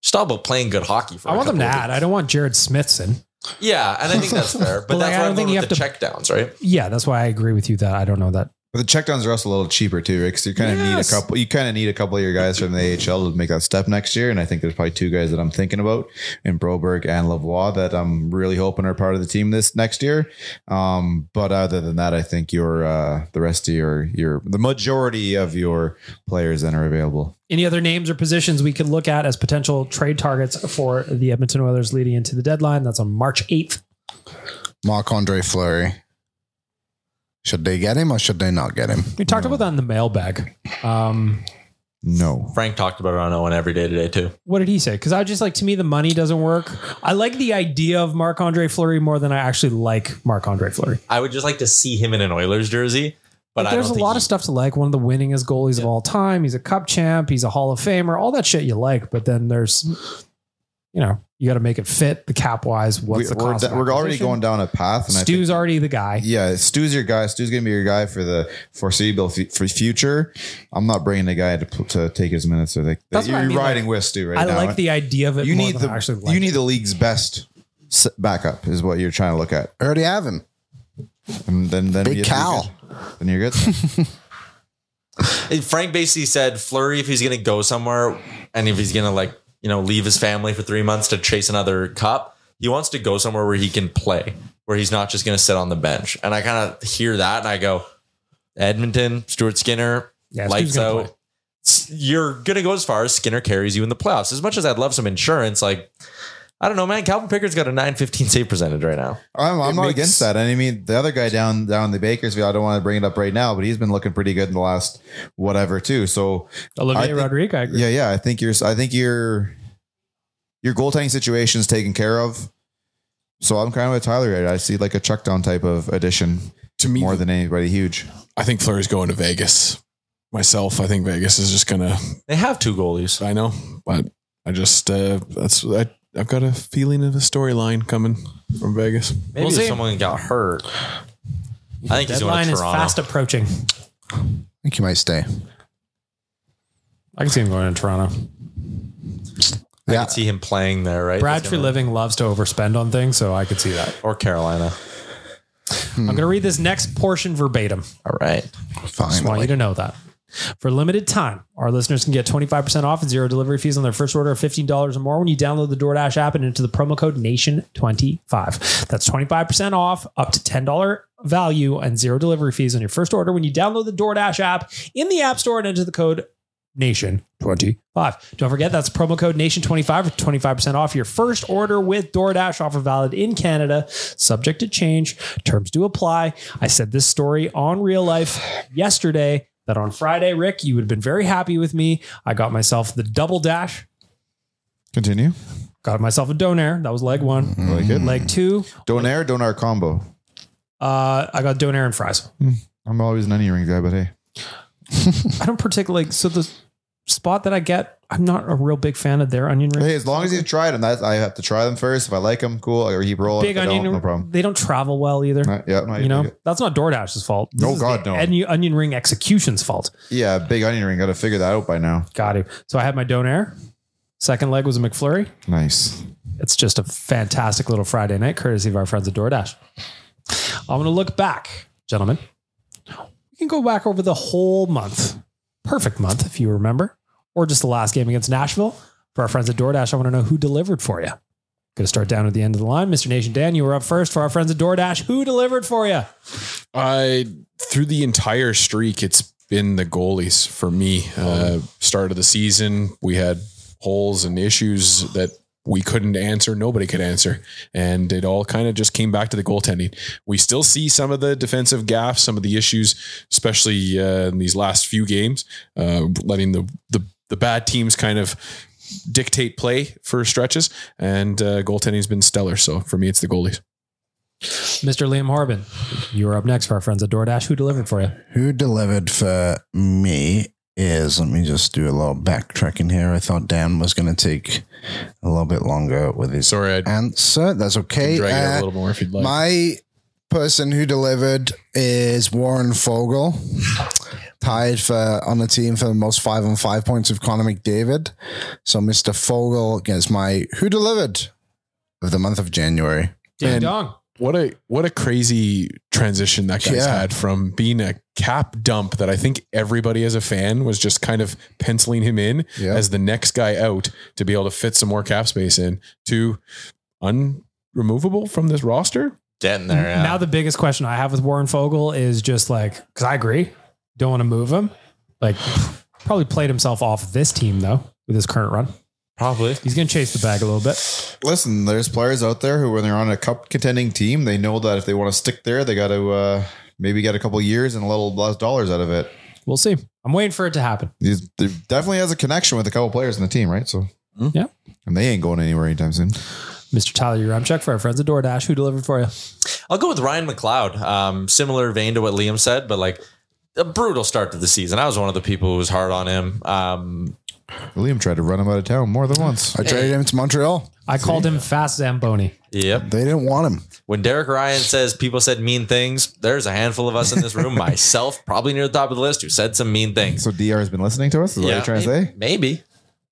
S6: Just all about playing good hockey. For
S3: I
S6: a
S3: want them to
S6: couple of
S3: add. I don't want Jared Smithson.
S6: weeks. Yeah, and I think
S3: <laughs>
S6: that's fair. But,
S3: But, like,
S6: that's
S3: I
S6: why
S3: don't
S6: I'm
S3: think
S6: going
S3: you
S6: with the
S3: have
S6: check downs, right?
S3: Yeah, that's why I agree with you that I don't know that.
S7: But the checkdowns are also a little cheaper too, right? Because you kind of
S3: Yes.
S7: need a couple. You kind of need a couple of your guys from the AHL to make that step next year. And I think there's probably two guys that I'm thinking about in Broberg and Lavoie that I'm really hoping are part of the team this next year. Um, but other than that, I think your uh, the rest of your your the majority of your players then are available.
S3: Any other names or positions we could look at as potential trade targets for the Edmonton Oilers leading into the deadline? That's on March 8th.
S4: Marc Andre Fleury. Should they get him or should they not get him?
S3: We
S6: Mm.
S3: talked about that in the mailbag. Um,
S7: No,
S6: Frank talked about it on Owen every day today too.
S3: what did he say? Because I just like to me the money doesn't work. I like the idea of Marc Andre Fleury more than I actually like Marc Andre Fleury.
S6: I would just like to see him in an Oilers jersey. But
S3: Like,
S6: I
S3: there's
S6: don't
S3: a
S6: think
S3: lot
S6: he-
S3: of stuff to like. One of the winningest goalies of all time. He's a cup champ. He's a Hall of Famer. All that shit you like, but then there's, you know, you got to make it fit the cap wise. What's the
S7: we, are
S3: cost? of
S7: we're already
S3: acquisition.
S7: going down a path. And I think
S3: Stu's already the guy.
S7: yeah, Stu's your guy. Stu's gonna be your guy for the foreseeable f- for future. I'm not bringing the guy to, pl- to take his minutes. Or they,
S3: That's what
S7: you're
S3: I mean,
S7: riding
S3: like,
S7: with Stu right
S3: I
S7: now.
S3: like the idea of it.
S7: you
S3: more
S7: need
S3: than
S7: the
S3: I actually like.
S7: you need the league's best s- backup is what you're trying to look at.
S4: I already have him.
S7: And then then
S4: Big
S7: you-
S4: Cal.
S7: Then you're good.
S3: <laughs>
S6: And Frank basically said Flurry if he's going to go somewhere and if he's going to like you know leave his family for three months to chase another cup, he wants to go somewhere where he can play, where he's not just going to sit on the bench. And I kind of hear that and I go, Edmonton, Stuart Skinner,
S3: Yeah, Stu's
S6: lights
S3: gonna
S6: out.
S3: play.
S6: S- You're going to go as far as Skinner carries you in the playoffs. As much as I'd love some insurance, like I don't know, man. Calvin Pickard's got a 915 save percentage right now.
S7: I'm, I'm
S5: It
S7: not
S5: makes-
S7: against that. And I mean, the other guy down down the Bakersfield, I don't want to bring it up right now, but he's been looking pretty good in the last whatever too. So I
S3: Olivier
S7: think-
S3: Rodrigue, I agree.
S7: yeah, yeah, I think your I think your your goaltending situation is taken care of. So I'm kind of with Tyler. Right? I see like a chuck down type of addition
S5: To me,
S7: more than anybody huge.
S5: I think Flurry's going to Vegas. Myself, I think Vegas is just gonna.
S6: They have two goalies.
S5: I know, but I just uh, that's I, I've got a feeling of a storyline coming from Vegas.
S6: Maybe
S5: We'll
S6: if
S5: see.
S6: someone got hurt. I think he's going
S3: Deadline
S6: to
S3: is
S6: Toronto.
S3: fast approaching.
S4: I think you might stay.
S3: I can see him going to Toronto.
S6: I
S4: Yeah.
S6: could see him playing there, right?
S3: Brad
S6: That's
S3: for
S6: gonna-
S3: Living loves to overspend on things, so I could see that.
S6: or Carolina.
S3: I'm going to read this next portion verbatim.
S6: All right.
S3: Just want you
S4: Finally.
S3: to know that. For a limited time, our listeners can get 25% off and zero delivery fees on their first order of $15 or more when you download the DoorDash app and enter the promo code NATION25. That's 25% off, up to $10 value, and zero delivery fees on your first order when you download the DoorDash app in the App Store and enter the code NATION25. Don't forget, that's promo code NATION25 for 25% off your first order with DoorDash. Offer valid in Canada, subject to change. Terms do apply. I said this story on real life yesterday that on Friday, Rick, you would have been very happy with me. I got myself the double dash,
S7: Continue.
S3: got myself a donair. That was leg one.
S7: I like it.
S3: Leg two,
S7: Donair, Donar combo. Hmm.
S3: uh, I got donair and fries.
S7: I'm always an onion ring guy, but hey,
S3: I don't particularly, so the spot that I get, I'm not a real big fan of their onion rings.
S7: hey, as long as you've tried them, that's, I have to try them first. If I like them, cool. I keep rolling.
S3: Big
S7: If I don't,
S3: onion,
S7: no problem.
S3: they don't travel well either.
S7: Uh, yeah, no,
S3: you know,
S7: okay.
S3: that's not DoorDash's fault. This
S7: Oh,
S3: is
S7: God,
S3: the
S7: no.
S3: Onion, onion ring execution's fault.
S7: yeah, big onion ring. Got to figure that out by now.
S3: Got it. So I had my donair. Second leg was a McFlurry.
S7: Nice.
S3: It's just a fantastic little Friday night, courtesy of our friends at DoorDash. I'm going to look back, gentlemen. We can go back over the whole month, perfect month, if you remember, or just the last game against Nashville. For our friends at DoorDash, I want to know who delivered for you. Going to start down at the end of the line. Mr. Nation Dan, you were up first for our friends at DoorDash. Who delivered for you?
S5: I through the entire streak, it's been the goalies for me. Uh, start of the season, we had holes and issues that we couldn't answer. Nobody could answer, and it all kind of just came back to the goaltending. We still see some of the defensive gaps, some of the issues, especially uh, in these last few games, uh, letting the, the the bad teams kind of dictate play for stretches. And uh, goaltending's been stellar. So for me, it's the goalies.
S3: Mr. Liam Horbin, you were up next for our friends at DoorDash. Who delivered for you?
S4: Who delivered for me is, let me just do a little backtracking here. I thought Dan was going to take a little bit longer with his
S5: Sorry, I
S4: answer. That's okay.
S5: drag it out
S4: Uh,
S5: a little more if you'd like.
S4: My person who delivered is Warren Fogle, tied for on the team for the most five on five points of Connor McDavid. So Mr. Fogle gets my who delivered of the month of January.
S3: Ding
S5: And-
S3: dong.
S5: what a what a crazy transition that guy's
S4: Yeah.
S5: had from being a cap dump that I think everybody as a fan was just kind of penciling him in
S4: Yeah.
S5: as the next guy out to be able to fit some more cap space in to unremovable from this roster.
S6: Dead in there. Yeah.
S3: Now the biggest question I have with Warren Fogle is just like, because I agree, don't want to move him. Like, probably played himself off this team though with his current run.
S6: Probably.
S3: He's going to chase the bag a little bit.
S7: Listen, there's players out there who, when they're on a cup contending team, they know that if they want to stick there, they got to uh, maybe get a couple years and a little less dollars out of it.
S3: We'll see. I'm waiting for it to happen.
S7: He's, he definitely has a connection with a couple players in the team, right? So,
S4: Hmm?
S3: Yeah.
S7: and they ain't going anywhere anytime soon.
S3: Mr. Tyler Uramchuk for our friends at DoorDash. Who delivered for you?
S6: I'll go with Ryan McLeod. Um, similar vein to what Liam said, but like a brutal start to the season. I was one of the people who was hard on him. Um,
S7: Liam tried to run him out of town more than once.
S4: I traded him to Montreal.
S3: I called him Fast Zamboni.
S6: yep.
S4: They didn't want him.
S6: When Derek Ryan says people said mean things, there's a handful of us in this room, <laughs> myself probably near the top of the list, who said some mean things.
S7: So Dr has been listening to us. Is what you're trying to
S6: maybe,
S7: say?
S6: Maybe.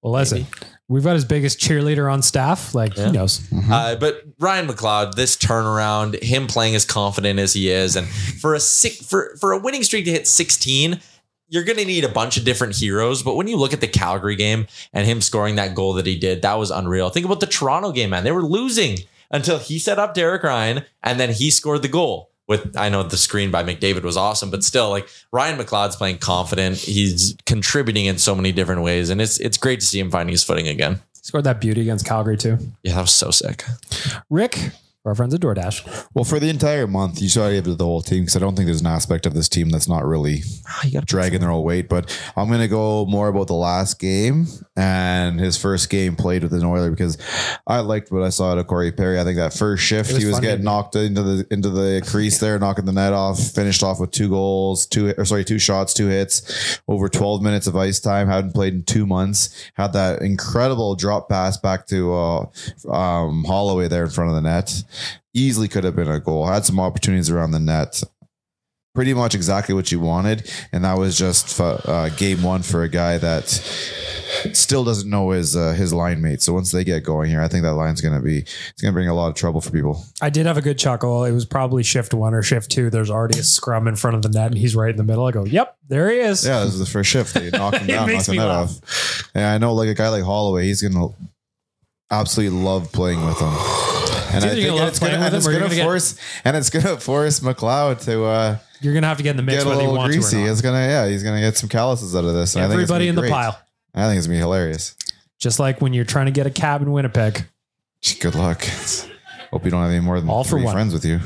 S3: Well, listen, we've got his biggest cheerleader on staff. Like, he knows.
S6: Uh, but Ryan McLeod, this turnaround, him playing as confident as he is, and for a sick for for a winning streak to hit 16, you're gonna need a bunch of different heroes. But when you look at the Calgary game and him scoring that goal that he did, that was unreal. Think about the Toronto game, man. They were losing until he set up Derek Ryan, and then he scored the goal. With I know the screen by McDavid was awesome, but still, like Ryan McLeod's playing confident. He's contributing in so many different ways, and it's it's great to see him finding his footing again.
S3: Scored that beauty against Calgary too.
S6: Yeah, that was so sick.
S3: Rick, for our friends at DoorDash.
S7: Well, for the entire month, you should give it to the whole team because I don't think there's an aspect of this team that's not really
S3: Ah,
S7: dragging their own weight. But I'm going to go more about the last game and his first game played with an Oiler because I liked what I saw out of Corey Perry. I think that first shift
S3: It was
S7: he was
S3: fun,
S7: getting
S3: dude.
S7: knocked into the into the crease there, knocking the net off, finished off with two goals, two or sorry, two shots, two hits, over 12 minutes of ice time. Hadn't played in two months. Had that incredible drop pass back to uh, um, Holloway there in front of the net. Easily could have been a goal. Had some opportunities around the net. Pretty much exactly what you wanted, and that was just fu- uh, game one for a guy that still doesn't know his uh, his line mate. So once they get going here, I think that line's going to be it's going to bring a lot of trouble for people.
S3: I did have a good chuckle. It was probably shift one or shift two. There's already a scrum in front of the net, and he's right in the middle. I go, "Yep, there he is."
S7: Yeah, this is the first shift. They knocked him
S3: <laughs> It
S7: down, knocked
S3: makes
S7: the
S3: me
S7: net
S3: laugh.
S7: off. And I know, like a guy like Holloway, he's gonna absolutely love playing with him. And I
S3: It's either you're
S7: think
S3: gonna love
S7: it's gonna,
S3: playing with
S7: and
S3: him
S7: it's
S3: or you're
S7: gonna,
S3: gonna get-
S7: force and it's gonna <laughs> force McLeod to uh,
S3: You're gonna have to get in the mix
S7: get a
S3: whether you
S7: little
S3: want to
S7: greasy.
S3: or not.
S7: It's gonna yeah, he's gonna get some calluses out of this. And I think it's
S3: Everybody
S7: gonna
S3: in
S7: be
S3: the
S7: great.
S3: pile,
S7: I think it's gonna be hilarious.
S3: just like when you're trying to get a cab in Winnipeg,
S7: Good luck. Hope you don't have any more than
S3: All for
S7: three
S3: one.
S7: friends with you.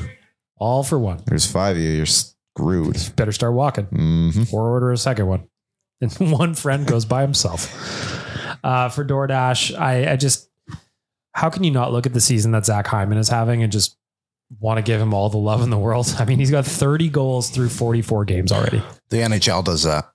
S3: all for one.
S7: There's five of you. You're screwed.
S3: Better start walking.
S7: hmm
S3: or order a second one. <laughs> And one friend goes by himself. Uh, for DoorDash, I, I just, how can you not look at the season that Zach Hyman is having and just want to give him all the love in the world? <laughs> I mean, he's got 30 goals through 44 games already.
S4: The NHL does uh, that.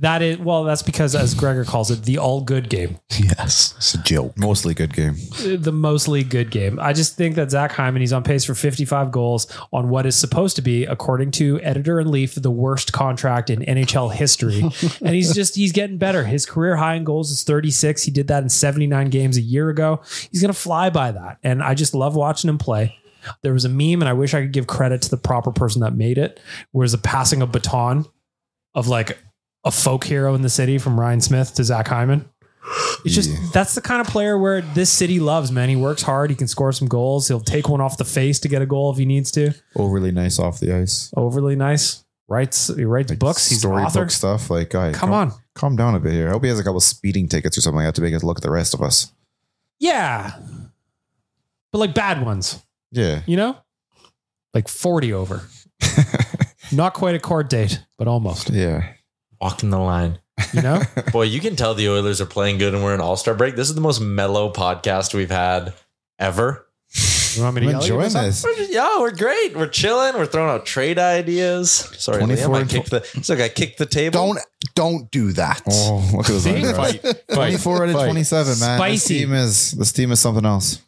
S3: That is, well, that's because, as Gregor calls it, the all good game,
S4: Yes, it's a joke.
S7: Mostly good game.
S3: the mostly good game. I just think that Zach Hyman, he's on pace for 55 goals on what is supposed to be, according to editor and Leaf, the worst contract in NHL history. and he's just he's getting better. His career high in goals is 36. He did that in 79 games a year ago. He's going to fly by that. And I just love watching him play. There was a meme, and I wish I could give credit to the proper person that made it, where it's a passing a baton of like a folk hero in the city from Ryan Smith to Zach Hyman. It's just that's the kind of player where this city loves, man. He works hard, he can score some goals, he'll take one off the face to get a goal if he needs to.
S7: Overly nice off the ice.
S3: Overly nice. Writes he writes
S7: Like
S3: books, he's an author.
S7: storybook stuff. Like, guy,
S3: Come on.
S7: calm down a bit here. I hope he has a couple speeding tickets or something like that to make us look at the rest of us.
S3: Yeah. But like bad ones, <laughs>
S7: Yeah.
S3: you know? Like
S7: <laughs>
S3: 40 over. Not quite a court date, but almost.
S7: Yeah.
S6: Walking the line.
S3: You know?
S6: Boy, you can tell the Oilers are playing good and we're in All Star break. This is the most mellow podcast we've had ever.
S3: You want me to
S7: I'm
S3: yell at you
S7: enjoying
S3: about something?
S7: this.
S6: We're just- yeah, we're great. We're chilling. We're throwing out trade ideas. Sorry,
S7: 24
S6: Liam, I
S7: and
S6: kicked the. It's like I kicked the table.
S4: Don't don't do that.
S7: Oh, look at this.
S3: See?
S7: eyebrows. <laughs>
S5: Fight.
S7: 24 out of 27, man. This
S3: Spicy.
S7: team is this team is something else.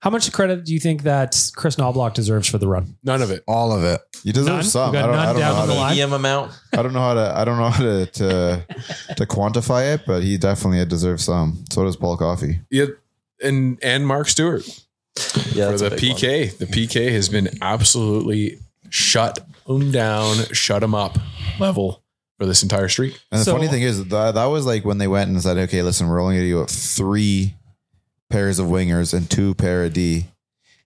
S3: How much credit do you think that Chris Knobloch deserves for the run?
S5: None of it.
S4: All of it.
S7: You deserve
S3: None?
S7: some.
S3: We
S7: I
S3: got
S7: don't, I
S3: none
S7: don't know
S3: down
S7: how
S3: on the
S7: to,
S3: line?
S6: medium amount.
S7: I don't know how to I don't know how to to, to quantify it, but he definitely deserves some. So does Paul Coffey.
S5: Yeah, and and Mark Stewart
S6: Yeah,
S5: for
S6: that's a
S5: the
S6: big one.
S5: PK. The PK has been absolutely shut him down, shut him up level for this entire streak.
S7: And the
S3: So-
S7: funny thing is that that was like when they went and said, "Okay, listen, we're only going to do three pairs of wingers and two pair of D,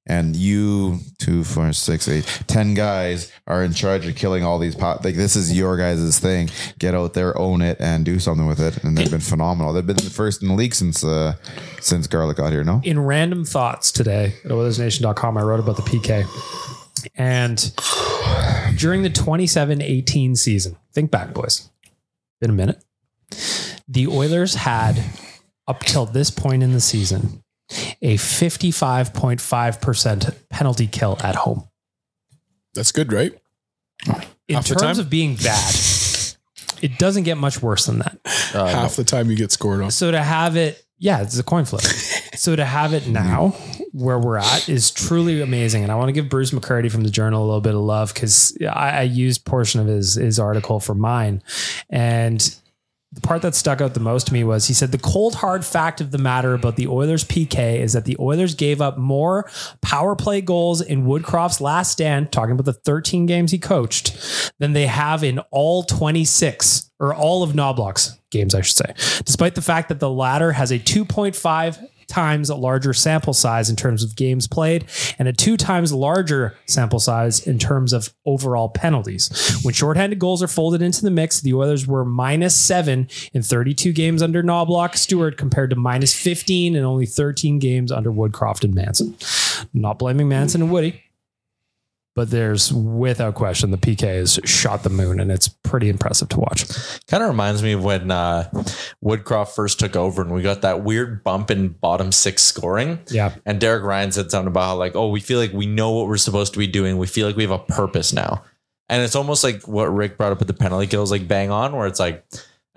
S7: and you two, four, six, eight, ten guys are in charge of killing all these pot. Like this is your guys' thing. Get out there, own it, and do something with it." And they've been phenomenal. They've been the first in the league since uh, since Garlic got here. No,
S3: in random thoughts today at oilersnation.com i wrote about the pk and during the 27-18 season think back boys been a minute the oilers had up till this point in the season a 55.5% penalty kill at home
S5: That's good, right?
S3: in
S5: Half the
S3: terms
S5: time?
S3: of being bad it doesn't get much worse than that
S5: Uh, Half the time you get scored on.
S3: So to have it, yeah, it's a coin flip. so to have it now where we're at is truly amazing. And I want to give Bruce McCurdy from the journal a little bit of love because I, I used portion of his his article for mine. And the part that stuck out the most to me was he said the cold hard fact of the matter about the Oilers PK is that the Oilers gave up more power play goals in Woodcroft's last stand, talking about the 13 games he coached, than they have in all 26 or all of Knobloch's games, I should say, despite the fact that the latter has a 2.5 times larger sample size in terms of games played and a two times larger sample size in terms of overall penalties. When shorthanded goals are folded into the mix, the Oilers were minus seven in 32 games under Knobloch Stewart compared to minus 15 and only 13 games under Woodcroft and Manson. Not blaming Manson and Woody. But there's without question the PK has shot the moon and it's pretty impressive to watch.
S6: Kind of reminds me of when uh, Woodcroft first took over and we got that weird bump in bottom six scoring.
S3: Yeah.
S6: And Derek Ryan said something about how, like, oh, we feel like we know what we're supposed to be doing. We feel like we have a purpose now. And it's almost like what Rick brought up with the penalty kills, like bang on, where it's like,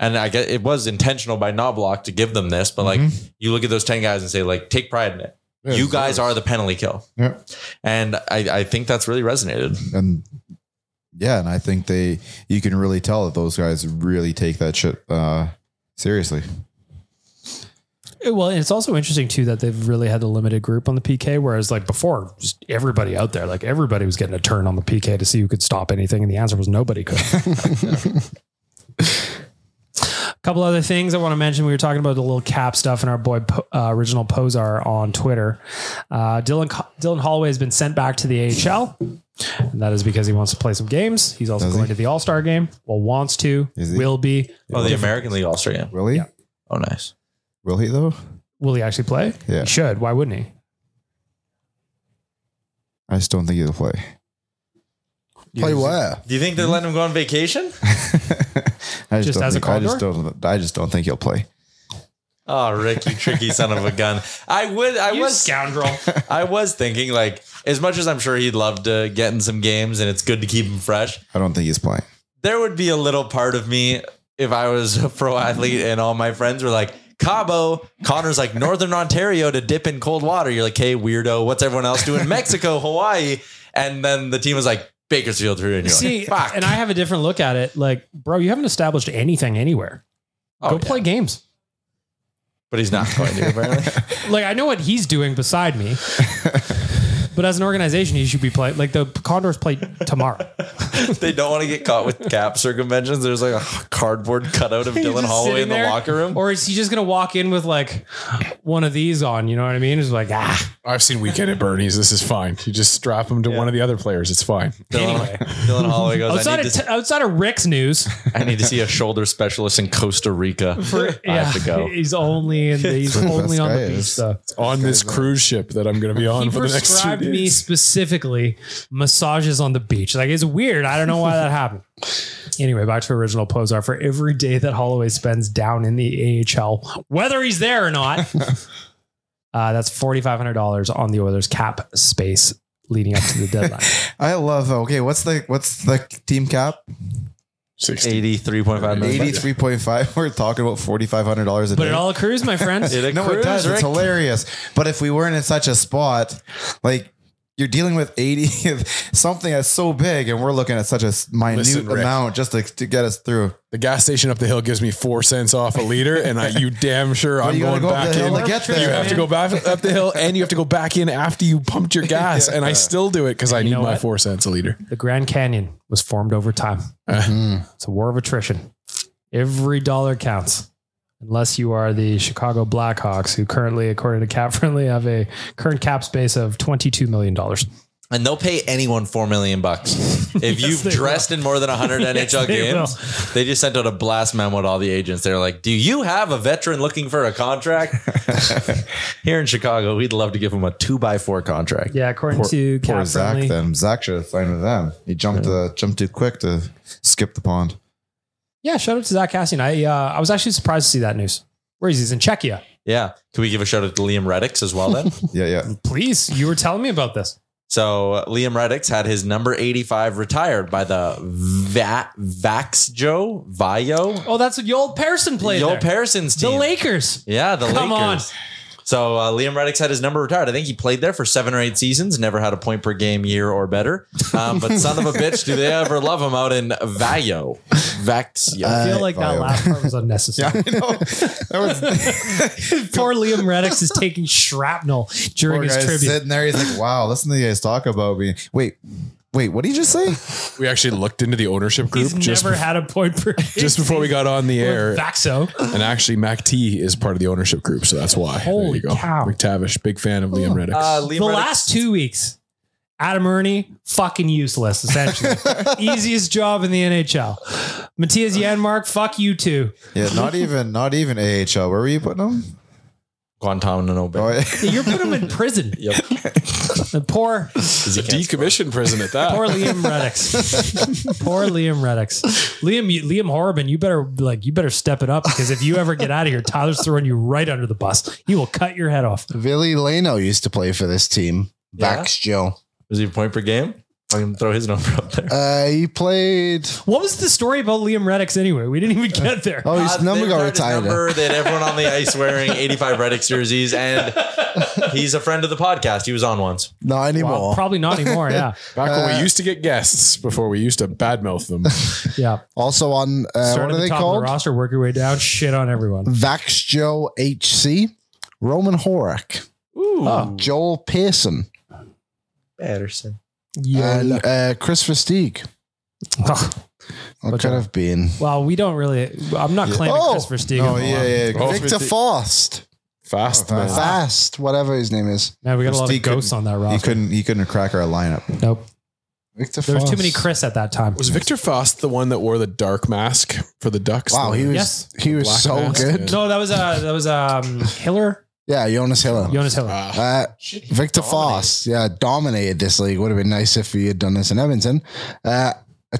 S6: and I guess it was intentional by Knobloch to give them this, but like you look at those 10 guys and say, like, take pride in it.
S7: Yeah,
S6: you
S7: of
S6: guys
S7: course.
S6: are the penalty kill.
S7: Yeah.
S6: And I, I think that's really resonated.
S7: and yeah, and I think they you can really tell that those guys really take that shit uh, seriously.
S3: Well, and it's also interesting too that they've really had a limited group on the PK, whereas like before, just everybody out there, like everybody was getting a turn on the PK to see who could stop anything, and the answer was nobody could. <laughs> a couple other things I want to mention. We were talking about the little cap stuff, and our boy Po- uh, original Posar on Twitter. Uh, Dylan Dylan Holloway has been sent back to the AHL, and that is because he wants to play some games. He's also
S7: Does he?
S3: going to the All Star game. Well, wants to,
S7: Is he?
S3: will be.
S6: Oh, the American League All Star game.
S7: Will he?
S6: Oh, nice.
S7: Will he though?
S3: Will he actually play?
S7: Yeah.
S3: He should. Why wouldn't he?
S7: I just don't think he'll play.
S4: Play where?
S6: Do you think they're letting him go on vacation?
S7: I
S3: Just
S7: don't
S3: as a
S7: think, I just
S3: Condor?
S7: don't. I just don't think he'll play.
S6: Oh, Rick, you tricky son of a gun. I would, I was,
S3: scoundrel.
S6: <laughs> I was thinking like, as much as I'm sure he'd love to get in some games and it's good to keep him fresh,
S7: I don't think he's playing.
S6: there would be a little part of me if I was a pro athlete and all my friends were like, Cabo, Connor's like Northern Ontario to dip in cold water. You're like, hey, weirdo, what's everyone
S3: <laughs>
S6: else doing? Mexico, Hawaii. And then the team was like, Bakersfield through. And you're
S3: See,
S6: like, fuck.
S3: and I have a different look at it. Like, bro, you haven't established anything anywhere.
S6: Oh,
S3: Go
S6: yeah.
S3: play games.
S6: But he's not going
S3: <laughs>
S6: to, apparently.
S3: Like, I know what he's doing
S7: <laughs>
S3: beside me, but as an organization, he should be playing. Like, the Condors play tomorrow.
S6: they don't want to get caught with cap circumventions. There's like a cardboard cutout
S3: <laughs>
S6: of
S3: He's
S6: Dylan
S3: just
S6: Holloway
S3: sitting
S6: in <laughs> the
S3: there.
S6: locker room.
S3: Or is he just going to walk in with like one of these on? You know what I mean? It's like, ah,
S5: I've seen Weekend at Bernie's. This is fine. You just strap him to one of the other players. It's
S3: <laughs>
S5: fine.
S6: Dylan, Dylan Holloway goes, I
S3: outside
S6: need,
S3: of,
S6: to,
S3: t- outside of Rick's news,
S6: <laughs> I need to see a shoulder specialist in Costa Rica. I have <laughs> to
S3: <laughs>
S6: go.
S3: he's only in
S5: <laughs>
S3: the, he's
S7: That's what the
S3: only
S7: best
S3: on the
S7: guy
S3: beach.
S7: is.
S3: though.
S5: It's on this cruise ship that I'm going to be on
S3: He
S5: for the next two
S3: prescribed me
S5: days.
S3: specifically massages on the beach. Like it's weird. I don't know why
S7: <laughs>
S3: that happened. Anyway, back to original Posar. For every day that Holloway spends down in the AHL, whether he's there or not,
S7: <laughs>
S3: uh, that's forty five hundred dollars on the Oilers cap space leading up to the deadline.
S7: <laughs> I love. Okay, what's the what's the team cap?
S5: 60.
S6: 83.5 million.
S7: Eighty three point five. <laughs> We're talking about forty five hundred dollars a day. <laughs>
S3: but it all accrues, my friends.
S6: It
S7: no, it
S6: accrues,
S7: does.
S6: Rick.
S7: It's hilarious. But if we weren't in such a spot, like you're dealing with eighty something that's so big, and we're looking at such a s- minute
S5: Listen, Rick.
S7: amount just to, to get us through.
S5: The gas station up the hill gives me four cents off a liter, and I, you damn sure I'm
S7: you gotta
S5: going
S7: go up
S5: back
S7: the hill
S5: in.
S7: to get there.
S5: You have to go back up the hill, and you have to go back in after you pumped
S3: <laughs>
S5: your gas, and I still do it because I need
S3: know
S5: my
S3: what?
S5: four cents a liter.
S3: The Grand Canyon was formed over time. It's a war of attrition. Every dollar counts, unless you are the Chicago Blackhawks, who currently, according to Cap Friendly, have a current cap space of twenty-two million dollars.
S6: And they'll pay anyone 4
S3: <laughs>
S6: million bucks. If
S3: they
S6: you've dressed in more
S3: <laughs>
S6: than 100 NHL
S3: they
S6: games, they just sent out a blast memo to all the agents. They're like, "Do you have a veteran looking for
S3: <laughs>
S6: a contract?" <laughs> Here in Chicago, we'd love to give him a 2 by 4 contract.
S3: Yeah, according to
S7: Poor
S3: Cap
S7: Zach.
S3: Friendly,
S7: Then Zach should have signed with them. He jumped uh, jumped too quick to skip the pond.
S3: yeah. Shout out to Zach Cassian. I uh, I was actually surprised to see that news. Where is he? He's in Czechia.
S6: Yeah. Can we give a shout out to Liam Reddicks as well then?
S7: <laughs> Yeah, yeah.
S3: Please, you were telling me about this.
S6: so uh, Liam Reddicks had his number 85 retired by the Va- Vax Joe Vayo.
S3: Oh, that's what Joel Pearson played.
S6: Joel
S3: there.
S6: Parsons team.
S3: the Lakers.
S6: Yeah, the
S3: Come on.
S6: Lakers. So uh, Liam Reddick's had his number retired. I think he played there for seven or eight seasons, never had a point per game year or better. Um, but son of a bitch, do they ever love him out in
S7: <laughs>
S6: Vayo? Vaxio.
S3: I feel like
S6: oh,
S3: that
S7: Vio.
S6: <laughs>
S3: last part was unnecessary.
S7: I know. That was
S3: <laughs> Poor Liam Reddix is taking shrapnel during
S7: poor
S3: his
S7: guy's
S3: tribute.
S7: sitting there. He's like, "Wow, listen to you guys talk about me." Wait, Wait, what did you just say? <laughs>
S5: We actually looked into the ownership group
S3: He's
S5: just
S3: never
S5: bef-
S3: had a point per
S5: just before we got on the air,
S3: Vaxo.
S5: and actually Mac T is part of the ownership group, so that's why. there
S3: Holy
S5: you go.
S3: cow.
S5: McTavish, big fan of Liam Reddick.
S6: Uh, Liam
S3: The
S6: Reddick-
S3: last two weeks, Adam Ernie fucking useless.
S4: <laughs>
S3: Essentially, easiest job in the NHL. Matthias Janmark, fuck you too.
S7: Yeah, not even not even AHL. Where were you putting them?
S6: Guantanamo Bay.
S7: Oh,
S3: You're putting him <laughs> in prison.
S6: Yep.
S3: The poor,
S5: Decommissioned prison at that.
S3: poor Liam Reddicks. poor Liam Reddicks. Liam, you, Liam Horriban, you better like you better step it up because if you ever get out of here, Tyler's throwing you right under the bus. He will cut your head off.
S4: Billy Leno used to play for this team. Vax Joe.
S6: Is he a point per game? I can throw his number up there.
S4: Uh, he played.
S3: What was the story about Liam Reddicks anyway? We didn't even get there.
S4: Oh, his
S6: Uh,
S4: number
S6: they
S4: got retired.
S6: retired his Number, they had
S4: <laughs>
S6: everyone on the ice wearing 85 Reddick jerseys, and he's a friend of the podcast. He was on once.
S4: Not anymore. Uh,
S3: Well, probably not anymore. Yeah,
S5: <laughs> Back when we used to get guests before we used to badmouth
S4: <laughs>
S5: them.
S3: yeah.
S4: also on uh,
S3: Start
S4: what are
S3: at the
S4: they
S3: top of
S4: called?
S3: the roster, work your way down, shit on everyone.
S4: Vax Joe HC, Roman Horak, Ah, Joel Pearson,
S6: Patterson.
S3: Yeah.
S4: and uh, Chris Versteeg. What
S3: Look
S4: could
S3: at-
S4: have been?
S3: well, we don't really. I'm not claiming
S4: Oh!
S3: Christopher Steele.
S7: oh yeah, yeah.
S5: Oh,
S4: Victor Forst,
S5: Fast man.
S4: Fast, whatever his name is.
S3: Man, we got a lot
S7: Christie
S3: of ghosts on that
S7: He
S3: roster.
S7: couldn't <laughs> he couldn't crack our lineup.
S3: Nope.
S4: Victor
S3: There was too many
S4: Forst.
S3: Chris at that time.
S5: Was Victor Fast the one that wore the dark mask for the Ducks?
S4: Wow, he was
S3: Yes.
S4: he was
S5: Black
S4: so
S5: mask,
S4: good.
S5: yeah.
S3: No, that was uh that was um Hiller,
S4: Yeah, Jonas Hiller.
S3: Jonas Hiller.
S5: Ah,
S4: Uh, Victor Foss, yeah, dominated this league. Would have been nice if he had done this in Edmonton. Uh, a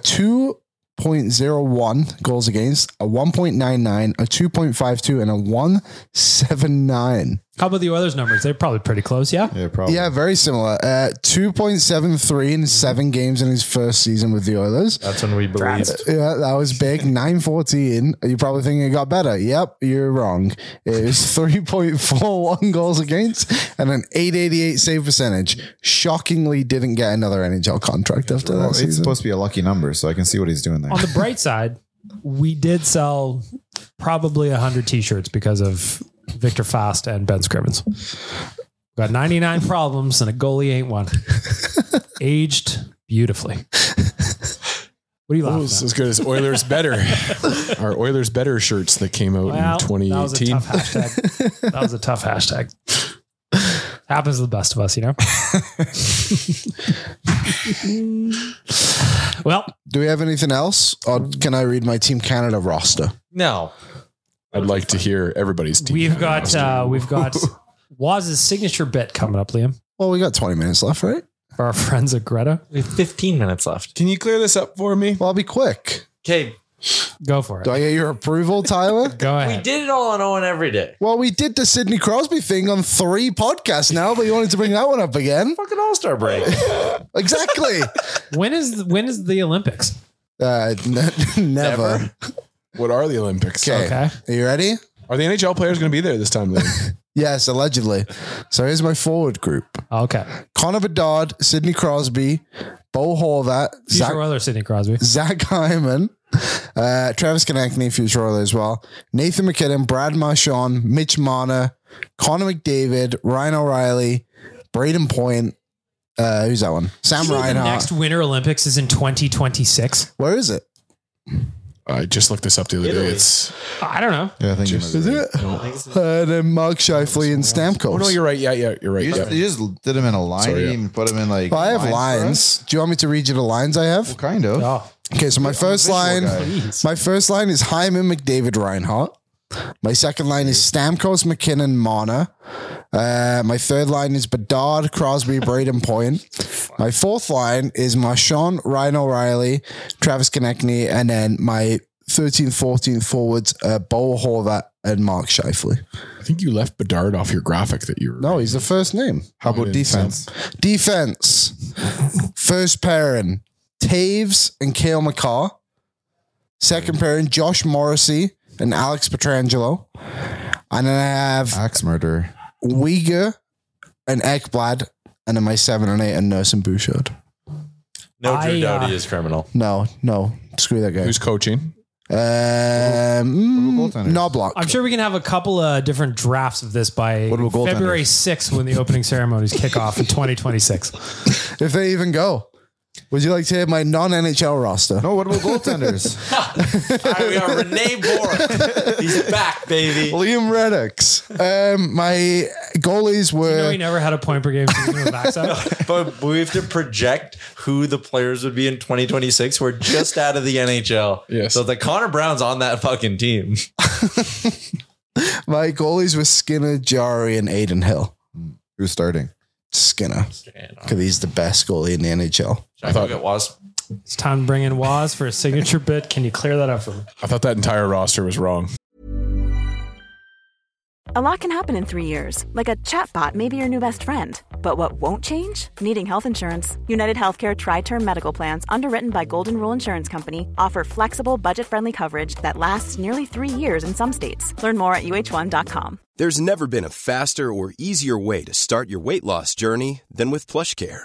S4: 2.01 goals against, a 1.99, a 2.52, and a 1.79.
S3: How about the Oilers numbers? They're probably pretty close. Yeah.
S7: Yeah, probably.
S4: Yeah, very similar. Uh, 2.73 in seven games in his first season with the Oilers. Uh,
S6: That's when we believed.
S4: Yeah, that was big. 914. You're probably thinking it got better. Yep, you're wrong. It was 3.41 goals against and an 888 save percentage. Shockingly, didn't get another NHL contract after
S7: Well,
S4: that
S7: it's
S4: season.
S7: supposed to be a lucky number, so I can see what he's doing there. <laughs>
S3: On the bright side, we did sell probably hundred T-shirts because of Victor Fast and Ben Scrivens. Got 99 problems and a goalie
S4: <laughs>
S3: ain't one. Aged beautifully. What are you laughing
S5: It's
S3: at?
S5: as good as Oilers
S3: <laughs>
S5: Better. Our Oilers Better shirts that came out in
S3: That was a
S5: 2018.
S3: tough hashtag. that was a tough hashtag. Happens to the best of us, you know? well,
S4: Do we have anything else? Or can I read my Team Canada roster?
S6: No.
S5: I'd like to hear everybody's team.
S3: we've got uh, we've got Waz's signature bit coming up, Liam,
S4: Well, we got 20 minutes left, right?
S3: for our friends at Greta.
S6: We have 15 minutes left.
S5: Can you clear this up for me?
S4: Well, I'll be quick.
S6: Okay.
S3: Go for
S4: Do
S3: it.
S4: I get your approval, Tyler?
S3: Go
S6: We
S3: ahead.
S6: did it all on Owen every day.
S4: Well, we did the Sidney Crosby thing on three podcasts now, but you wanted to bring that one up again.
S6: Fucking All
S4: <laughs>
S6: Star break.
S4: Exactly.
S3: When is the, when is the Olympics?
S4: Uh, n- <laughs> never.
S5: What are the Olympics?
S4: Okay.
S3: Okay.
S4: Are you ready?
S5: Are the NHL players going to be there this time? Then?
S4: <laughs> Yes, allegedly. So here's my forward group:
S3: Okay.
S4: Connor Bedard, Sidney Crosby, Bo Horvat,
S3: Future
S4: Zach,
S3: Oilers, Sidney Crosby.
S4: Zach Hyman, uh, Travis Konechny, future Oiler as well, Nathan McKinnon, Brad Marchand, Mitch Marner, Connor McDavid, Ryan O'Reilly, Braden Point. Uh, who's that one? Sam
S3: You know the
S4: Reinhart.
S3: next Winter Olympics is in 2026.
S4: Where is it?
S5: I just looked this up the other
S6: Italy.
S5: day. It's
S3: I don't know.
S7: yeah, I think you
S5: Just-
S7: might be right.
S4: Uh, then Mark Shifley and Stamkos.
S5: oh no, you're right. Yeah, yeah, you're right.
S7: You
S5: Yeah.
S7: just, you just did him in a line
S5: Sorry, yeah.
S7: and put him in like.
S4: well, I have
S7: for us?
S4: lines. Do you want me to read you the lines I have?
S7: Well, kind of.
S3: Oh,
S4: Okay, so my first
S7: visual
S4: line,
S7: guy.
S4: my first line is Hyman McDavid Reinhardt. My second line is Stamkos McKinnon Mana. Uh, my third line is Bedard Crosby Braden Point. My fourth line is Marshawn Ryan O'Reilly, Travis Konechny, and then my 13th, 14th forwards, uh, Bo Horvat and Mark Shifley.
S5: I think you left Bedard off your graphic that you were. Oh,
S4: No, he's the first name.
S7: How about defense?
S4: Defense. First pairing, Taves and Kale McCarr. Second pairing, Josh Morrissey and Alex Petrangelo. And then I have
S7: Axe murder.
S4: Uyghur and Ekblad. And then my seven and eight and Nurse and Bouchard.
S6: No, Drew
S3: I, uh,
S6: Doughty is criminal.
S4: No, no. Screw that guy.
S5: Who's coaching?
S4: Um,
S7: What about goaltenders?
S4: Knobloch.
S3: I'm sure we can have a couple of different drafts of this by
S7: What about
S4: <laughs>
S7: goaltenders?
S3: February 6th when the opening ceremonies kick off in 2026.
S4: If they even go. Would you like to hear my non NHL roster?
S7: No, what about goaltenders?
S6: <laughs> All right, we got Renee Bork. He's back, baby.
S4: Liam Reddicks. Um, my goalies
S3: You know
S4: were
S3: he never had a point per game season
S4: <laughs>
S3: with
S6: <laughs>
S3: Vaxa.
S6: But we have to project who the players would be in 2026. We're just out of the NHL.
S5: Yes.
S6: So the Connor Brown's on that fucking team.
S4: my goalies were Skinner, Jari, and Aiden Hill.
S7: Who's starting?
S4: Skinner, because he's the best goalie in the NHL.
S6: I thought it was.
S3: it's time to bring in Waz for a signature bit. Can you clear that up for me?
S5: I thought that entire roster was wrong.
S1: A lot can happen in three years, like a chatbot may be your new best friend. But what won't change? Needing health insurance. United Healthcare Tri Term Medical Plans, underwritten by Golden Rule Insurance Company, offer flexible, budget friendly coverage that lasts nearly three years in some states. Learn more at uh1.com.
S8: There's never been a faster or easier way to start your weight loss journey than with PlushCare.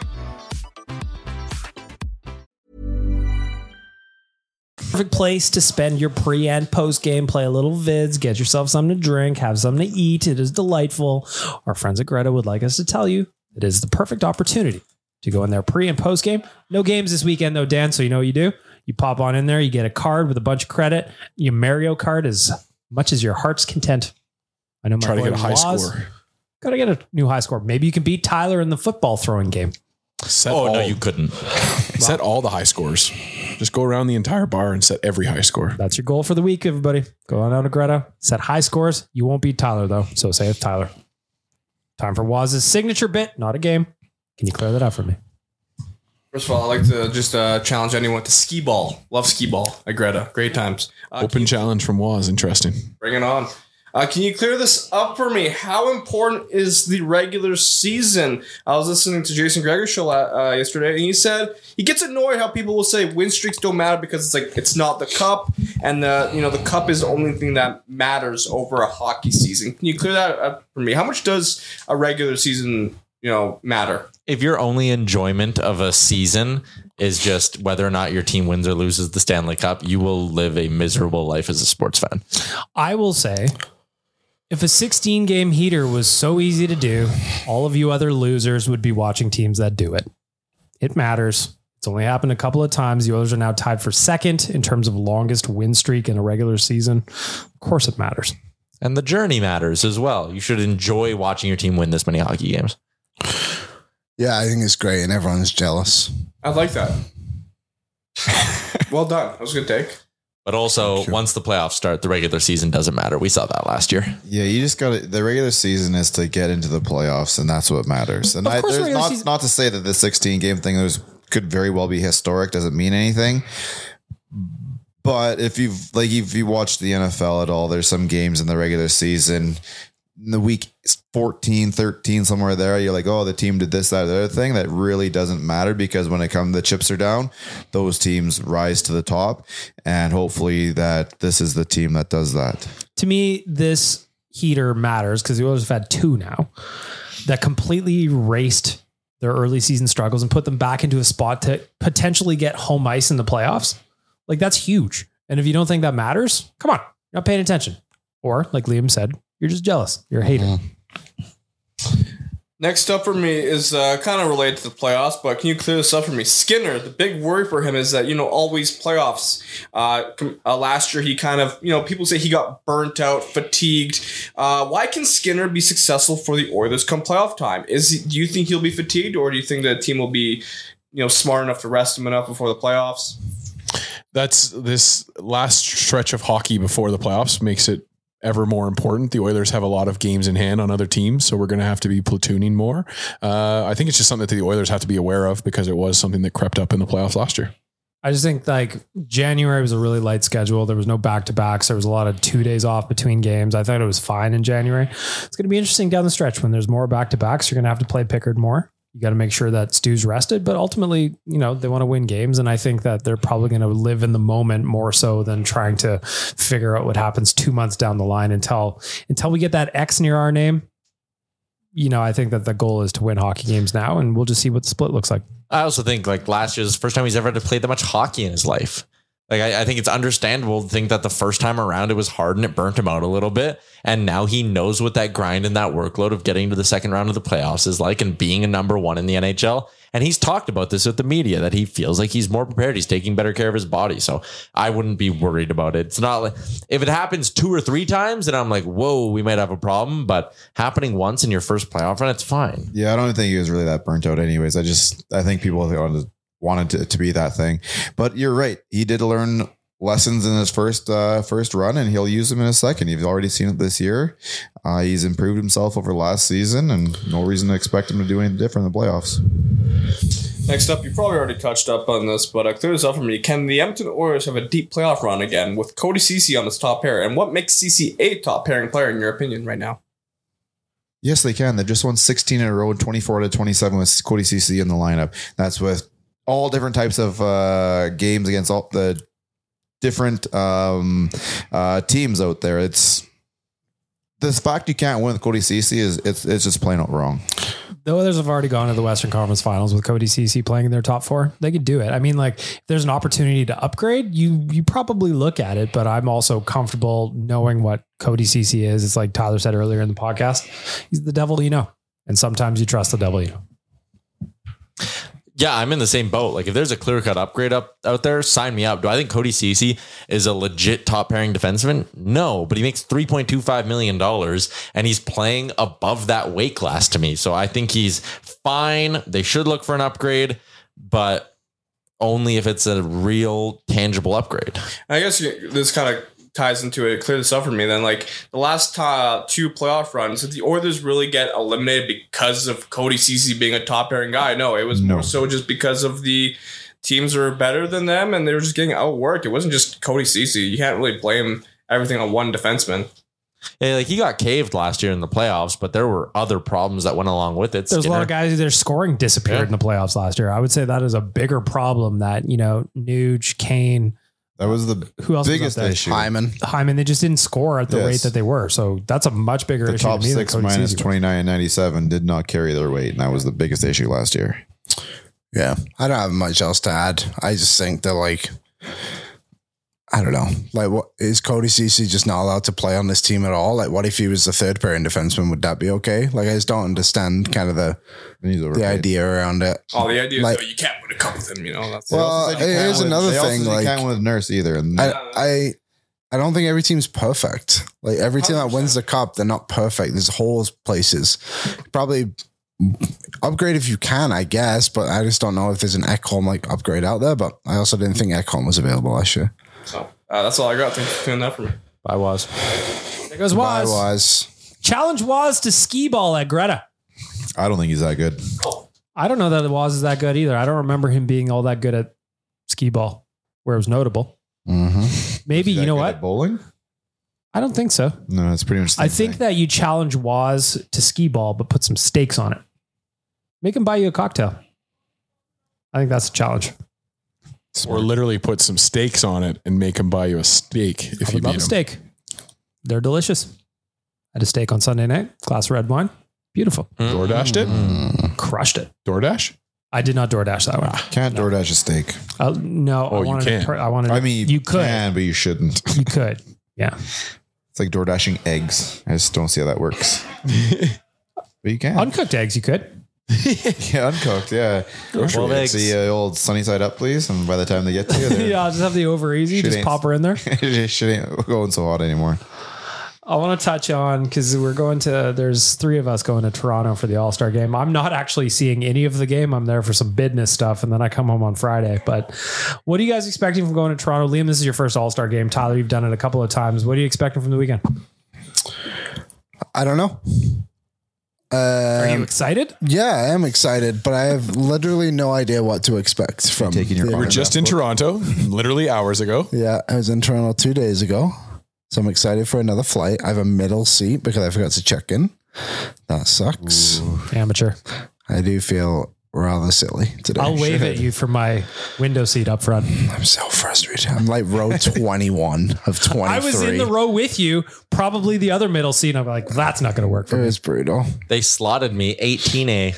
S3: Perfect place to spend your pre and post game, play a little vids, get yourself something to drink, have something to eat. It is delightful. Our friends at Greta would like us to tell you it is the perfect opportunity to go in there pre and post game. No games this weekend though, Dan. So you know what you do? You pop on in there, you get a card with a bunch of credit. Your Mario card is much as your heart's content. I know my
S5: Try to
S3: boy
S5: get a high
S3: Waz-
S5: score.
S3: Gotta get a new high score. Maybe you can beat Tyler in the football throwing game.
S5: Set
S6: Oh,
S5: all,
S6: no, you
S5: <laughs>
S6: couldn't.
S5: set all the high scores. Just go around the entire bar and set every high score.
S3: That's your goal for the week, everybody. Go on out to Greta. Set high scores. You won't beat Tyler, though. So say it's Tyler. Time for Waz's signature bit, not a game. Can you clear that up for me?
S9: First of all, I like to just uh, challenge anyone to skee ball. Love skee ball at Greta. Great times. Uh,
S5: Open challenge from Waz. Interesting.
S9: Bring it on. Uh, can you clear this up for me? How important is the regular season? I was listening to Jason Greger's show la- uh, yesterday, and he said he gets annoyed how people will say win streaks don't matter because it's like it's not the cup, and the you know the cup is the only thing that matters over a hockey season. Can you clear that up for me? How much does a regular season you know matter?
S6: if your only enjoyment of a season is just whether or not your team wins or loses the Stanley Cup, you will live a miserable life as a sports fan.
S3: I will say if a 16 game heater was so easy to do, all of you other losers would be watching teams that do it. It matters. It's only happened a couple of times. The Oilers are now tied for second in terms of longest win streak in a regular season. Of course, it matters.
S6: And the journey matters as well. You should enjoy watching your team win this many hockey games.
S4: Yeah, I think it's great, and everyone's jealous.
S9: I
S4: <laughs>
S9: like that. well done. That was a good take.
S6: But also, once the playoffs start, the regular season doesn't matter. We saw that last year.
S7: Yeah, you just got to. The regular season is to get into the playoffs, and that's what matters. And
S3: Of
S7: I,
S3: course
S7: there's
S3: regular
S7: not
S3: season-
S7: not to say that the 16 game thing there's could very well be historic. Doesn't mean anything. But if you've like if you watched the NFL at all, there's some games in the regular season. In the week 14, 13, somewhere there, you're like, oh, the team did this, that, or the other thing. That really doesn't matter because when it comes, the chips are down, those teams rise to the top. And hopefully that this is the team that does that.
S3: to me, this heater matters because the Oilers have had two now that completely erased their early season struggles and put them back into a spot to potentially get home ice in the playoffs. Like that's huge. And if you don't think that matters, come on, you're not paying attention. Or like Liam said, you're just jealous. You're a hater.
S9: Next up for me is uh, kind of related to the playoffs, but can you clear this up for me? Skinner, the big worry for him is that, you know, always playoffs. Uh, com- uh, last year, he kind of, you know, people say he got burnt out, fatigued. Uh, why can Skinner be successful for the Oilers come playoff time? Is he, Do you think he'll be fatigued, or do you think the team will be, you know, smart enough to rest him enough before the playoffs?
S5: That's this last stretch of hockey before the playoffs makes it ever more important. The Oilers have a lot of games in hand on other teams, so we're going to have to be platooning more. Uh, I think it's just something that the Oilers have to be aware of because it was something that crept up in the playoffs last year.
S3: I just think like January was a really light schedule. There was no back to backs. There was a lot of two days off between games. I thought it was fine in January. It's going to be interesting down the stretch when there's more back to backs. You're going to have to play Pickard more. You got to make sure that Stu's rested, but ultimately, you know, they want to win games. And I think that they're probably going to live in the moment more so than trying to figure out what happens two months down the line until, until we get that X near our name. You know, I think that the goal is to win hockey games now, and we'll just see what the split looks like.
S6: I also think like last year's first time he's ever had to play that much hockey in his life. Like I, I think it's understandable to think that the first time around it was hard and it burnt him out a little bit. And now he knows what that grind and that workload of getting to the second round of the playoffs is like and being a number one in the NHL. And he's talked about this with the media that he feels like he's more prepared. He's taking better care of his body. So I wouldn't be worried about it. It's not like if it happens two or three times, then I'm like, whoa, we might have a problem. But happening once in your first playoff run, it's fine.
S7: Yeah, I don't think he was really that burnt out, anyways. I just I think people wanted wanted it to be that thing, but you're right. He did learn lessons in his first uh, first run, and he'll use them in a second. You've already seen it this year. Uh, he's improved himself over last season, and no reason to expect him to do anything different in the playoffs.
S9: Next up, you probably already touched up on this, but uh, clear this up for me. Can the Edmonton Oilers have a deep playoff run again with Cody Ceci on this top pair? And what makes Ceci a top pairing player in your opinion right now?
S7: Yes, they can. They've just won 16 in a row, 24 to 27 with Cody CC in the lineup. That's with all different types of uh, games against all the different um, uh, teams out there. It's the fact you can't win with Cody CC is it's it's just plain out wrong.
S3: the others have already gone to the Western Conference Finals with Cody CC playing in their top four. They could do it. I mean, like if there's an opportunity to upgrade, you you probably look at it. But I'm also comfortable knowing what Cody CC is. It's like Tyler said earlier in the podcast, he's the devil you know, and sometimes you trust the devil you know.
S6: Yeah, I'm in the same boat. Like, if there's a clear cut upgrade up out there, sign me up. Do I think Cody Ceci is a legit top pairing defenseman? No, but he makes 3.25 million dollars and he's playing above that weight class to me. So I think he's fine. They should look for an upgrade, but only if it's a real tangible upgrade.
S9: I guess you- this kind of ties into it. Clear this up for me then. Like the last uh, two playoff runs, did the Oilers really get eliminated because of Cody Ceci being a top pairing guy? No, it was more so just because of the teams were better than them and they were just getting outworked. It wasn't just Cody Ceci. You can't really blame everything on one defenseman.
S6: Yeah, like he got caved last year in the playoffs, but there were other problems that went along with it.
S3: There's a lot of
S6: Skinner-
S3: guys their scoring disappeared in the playoffs last year. I would say that is a bigger problem that you know Nuge, Kane, uh,
S7: That was the
S3: Who else was
S7: biggest
S3: up there?
S7: issue.
S4: Hyman.
S3: Hyman. They just didn't score at the
S7: Yes.
S3: rate that they were. So that's a much bigger
S7: The
S3: issue.
S7: top
S3: to me than
S7: six
S3: Cody
S7: minus
S3: Ceci.
S7: 29 and 97 did not carry their weight, and that was the biggest issue last year.
S4: Yeah, I don't have much else to add. I just think that like, I don't know, like what is Cody Ceci just not allowed to play on this team at all? Like, what if he was the third pairing defenseman? Would that be okay? Like, I just don't understand kind of the
S7: And he's
S4: the
S7: overpaid.
S4: idea around it.
S9: Oh, the idea
S4: Like-
S9: is though, you can't win a cup with him. You know, that's
S4: Well,
S7: They also said you
S4: it
S7: can't
S4: is
S7: win-
S4: another
S7: they also
S4: thing,
S7: said
S4: like-
S7: you can't win with Nurse either. And
S4: I I I don't think every team's perfect. Like every team that wins the cup, they're not perfect. There's holes places. Probably upgrade if you can, I guess, but I just don't know if there's an Ekholm like upgrade out there. But I also didn't think Ekholm was available last year.
S9: so. Uh, that's all I got. Thanks for doing that for me.
S6: I was.
S3: There goes
S4: I
S3: Waz.
S4: was.
S3: Challenge Waz to skee ball at Greta.
S7: I don't think he's that good.
S3: I don't know that Waz is that good either. I don't remember him being all that good at skee ball, where it was notable.
S5: Mm-hmm.
S3: Maybe you know
S7: That good at
S3: what?
S7: Bowling?
S3: I don't think so.
S7: No, it's pretty much. the
S3: I
S7: same
S3: think that you challenge Waz to skee ball, but put some stakes on it. Make him buy you a cocktail. I think that's a challenge.
S5: Or literally put some steaks on it and make him buy you a steak if
S3: I
S5: you
S3: would
S5: beat
S3: love a
S5: him.
S3: steak. They're delicious. I had a steak on Sunday night, glass of red wine. Beautiful.
S7: Mm-hmm.
S5: DoorDashed it?
S4: Mm.
S3: Crushed it.
S5: DoorDash?
S3: I did not DoorDash that one.
S7: Can't DoorDash a steak.
S3: Uh, no,
S5: Oh,
S3: I
S5: you
S3: wanted. to
S5: can.
S3: per- I wanted.
S7: I mean,
S3: you could.
S7: can, but you shouldn't.
S3: You could. Yeah.
S7: It's like door dashing eggs. I just don't see how that
S3: <laughs>
S7: works. but you can.
S3: Uncooked eggs, you could.
S7: yeah, uncooked. Yeah. Grocery
S6: Boiled eggs.
S7: The uh, old sunny side up, please. And by the time they get to you,
S3: <laughs> yeah,
S7: they're-
S3: I'll just have the over easy.
S7: Shit
S3: Just
S7: ain't-
S3: pop her in there.
S7: <laughs> it shit ain't going so hot anymore.
S3: I want to touch on because we're going to. There's three of us going to Toronto for the All Star game. I'm not actually seeing any of the game. I'm there for some business stuff, and then I come home on Friday. But what are you guys expecting from going to Toronto? Liam, this is your first All Star game. Tyler, you've done it a couple of times. What are you expecting from the weekend?
S4: I don't know.
S3: Are you
S4: Um,
S3: excited?
S4: yeah, I am excited, but I have literally no idea what to expect from.
S7: taking your
S4: the-
S5: We're just in Toronto, literally hours ago.
S4: Yeah, I was in Toronto two days ago. So I'm excited for another flight. I have a middle seat because I forgot to check in. That sucks.
S3: Amateur.
S4: I do feel rather silly today.
S3: I'll wave at you from my window seat up front.
S4: I'm so frustrated. I'm like row 21 of 23.
S3: I was in the row with you, probably the other middle seat. And I'm like, that's not going to work for
S4: It
S3: me.
S4: was brutal.
S6: They slotted me 18A.